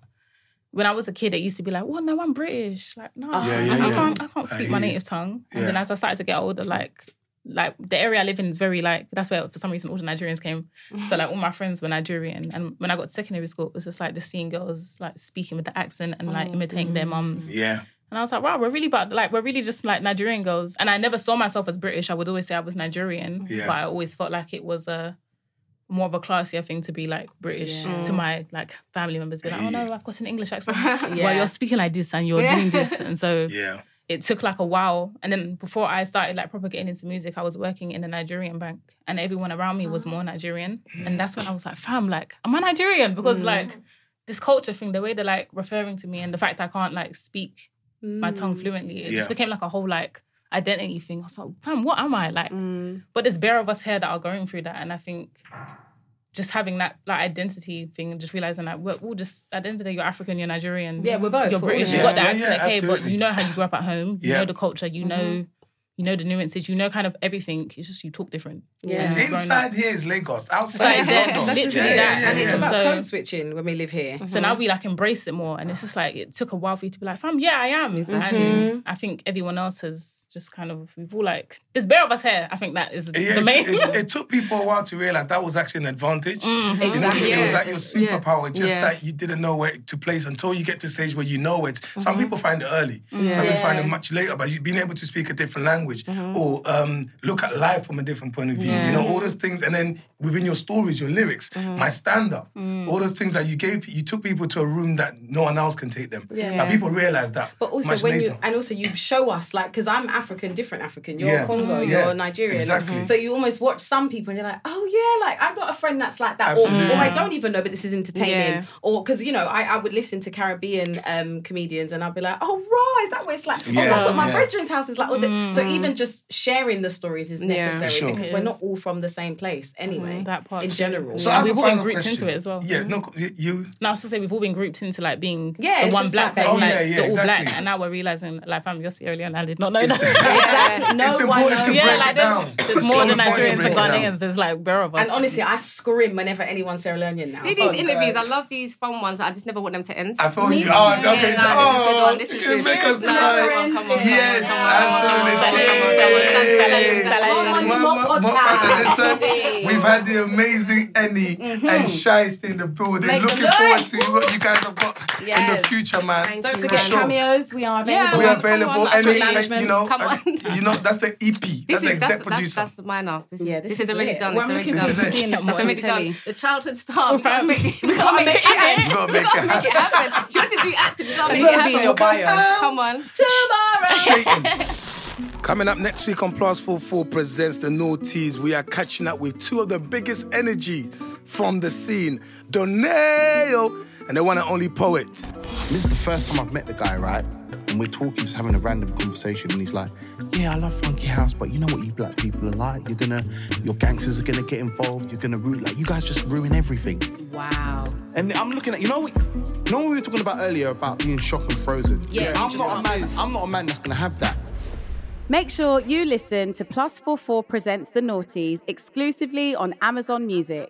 When I was a kid, it used to be like, "Well, no, I'm British." Like, no,
Yeah, yeah,
I,
yeah.
can't. I can't
I
speak
hear
my
you.
native tongue. And then
Yeah.
as I started to get older, like, like the area I live in is very like that's where for some reason all the Nigerians came. So like all my friends were Nigerian, and when I got to secondary school, it was just like just seeing girls like speaking with the accent and like imitating their mums.
yeah,
And I was like, wow, we're really bad. Like, we're really just like Nigerian girls. And I never saw myself as British. I would always say I was Nigerian,
Yeah.
but I always felt like it was a more of a classier thing to be like British to my like family members. Be like, oh no, I've got an English accent. Well, you're speaking like this and you're doing this,
<laughs>
and so
yeah.
it took like a while. And then before I started like proper getting into music, I was working in a Nigerian bank, and everyone around me was more Nigerian. And that's when I was like, fam, like, am I Nigerian? Because like this culture thing, the way they're like referring to me, and the fact that I can't like speak my tongue fluently, it
Yeah.
just became like a whole like identity thing. I was like, fam, what am I like?
Mm.
Mm.
But there's bare of us here that are going through that, and I think. Just having that like identity thing and just realizing that we're all just at the end of the day you're African, you're Nigerian,
Yeah, we're both,
You're
for all
British,
of
you've
us.
got that
Yeah, yeah,
accent, okay, but
absolutely.
you know know how you grew up at home, you
Yeah.
know the culture, you
Mm-hmm.
know, you know the nuances, you know kind of everything. It's just you talk different.
Yeah.
Growing up.
Inside here is Lagos, outside is
Yeah,
London.
literally
yeah,
that.
yeah,
And
yeah,
it's
yeah.
about
So-
code switching when we live here.
So now we like embrace it more, and it's just like it took a while for you to be like, "Fam, yeah, I am,"
Mm-hmm.
and I think everyone else has just kind of we've all like there's bare of us here. I think that is
Yeah,
the main. <laughs>
it, it- it took people a while to realize that was actually an advantage.
Mm-hmm.
You know,
Exactly.
it was
Yeah.
like your superpower, just
Yeah.
that you didn't know where to place until you get to a stage where you know it. Some
Mm-hmm.
people find it early, some people find it much later, but you've been able to speak a different language
Mm-hmm.
or um, look at life from a different point of view. You know, all those things. And then within your stories, your lyrics,
Mm-hmm.
my stand up,
Mm.
all those things that you gave, you took people to a room that no one else can take them. Now people realize that.
But also
much
when
later.
you and also you show us like because I'm African, different African. You're
Yeah.
Congo,
Mhm. Yeah.
you're Nigerian.
Exactly.
Mm-hmm.
So you almost watch some people and you're like, oh yeah, like I've got a friend that's like that, or,
Absolutely.
or I don't even know, but this is entertaining.
Yeah.
Or because you know, I, I would listen to Caribbean um, comedians and I'd be like, oh right, is that what it's like? Oh,
Yeah.
that's what my
Yeah.
brethren's house is like. Or the- So even just sharing the stories is necessary
Sure.
because
It
we're not
is.
all from the same place anyway.
That part.
in general.
I have
we've
a
all been
final
grouped into
question.
it as well. Mm-hmm.
Yeah, no, co- y- you.
No, I was to say we've all been grouped into like being
Yeah,
the
it's
one
just
black
like-
person,
Oh,
like
yeah, yeah,
the all
exactly.
black, and now we're realizing like fam, you're Sierra Leone. I did not know
It's,
that.
Exactly. No
<laughs>
<laughs>
it's
one
important to
knows.
break
yeah,
it
like
down.
there's,
It's
there's more
so
than
important to
Nigerians
break
and
it down.
Ghanaians. There's like bare of us.
And honestly, I scream whenever anyone Sierra Leonean now.
See these
Oh,
interviews.
God.
I love these fun ones. I just never want them to end.
I found you.
too.
Oh,
Yeah,
okay.
no,
oh,
this is
you
good.
can make
Cheers,
us
no,
tonight.
come on, come on,
Yes,
come on.
absolutely.
Salam, salam, salam,
Cheers.
salam.
Mama,
Mama,
mama,
mama.
listen, We've had the amazing Annie
Mm-hmm.
and Shiesty in the building.
Make
Looking
some
forward
noise.
to what you guys have got in
Yes.
the future, man.
Thank
Don't
you,
forget
man.
Sure.
cameos. We are available.
We are
Come
Oh,
on,
available.
that's
Annie,
what
like, you know,
Come
uh,
on.
you know, that's the EP. That's
This
the
is
exec
that's, that's,
producer.
that's minor. This is,
Yeah,
this,
this
is,
is
already
lit.
done.
Well,
It's
I'm
already
looking
done.
forward to seeing
it
That's
more on
already done.
telly.
The childhood star. We
Fam.
can't make it. We can't make it
We
happen.
gotta make it
Make it
happen.
happen. She wants to do acting. We can't make
Look,
it
be in your
happen.
bio.
Come on.
Shaking. Coming up next week on Plus 44 Presents The Naughties, we are catching up with two of the biggest energy from the scene, Doneo and the one and only poet.
This is the first time I've met the guy, right? And we're talking, just having a random conversation, and he's like, "Yeah, I love funky house, but you know what you black people are like. You're gonna, your gangsters are gonna get involved. You're gonna ruin, like, you guys just ruin everything."
Wow.
And I'm looking at, you know, what, you know what we were talking about earlier about being shocked and frozen.
Yeah, you
I'm
just
not a
can't
man. I'm not a man that's gonna have that.
Make sure you listen to Plus 44 Presents The Naughties exclusively on Amazon Music.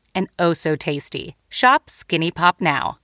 and oh so tasty. Shop Skinny Pop now.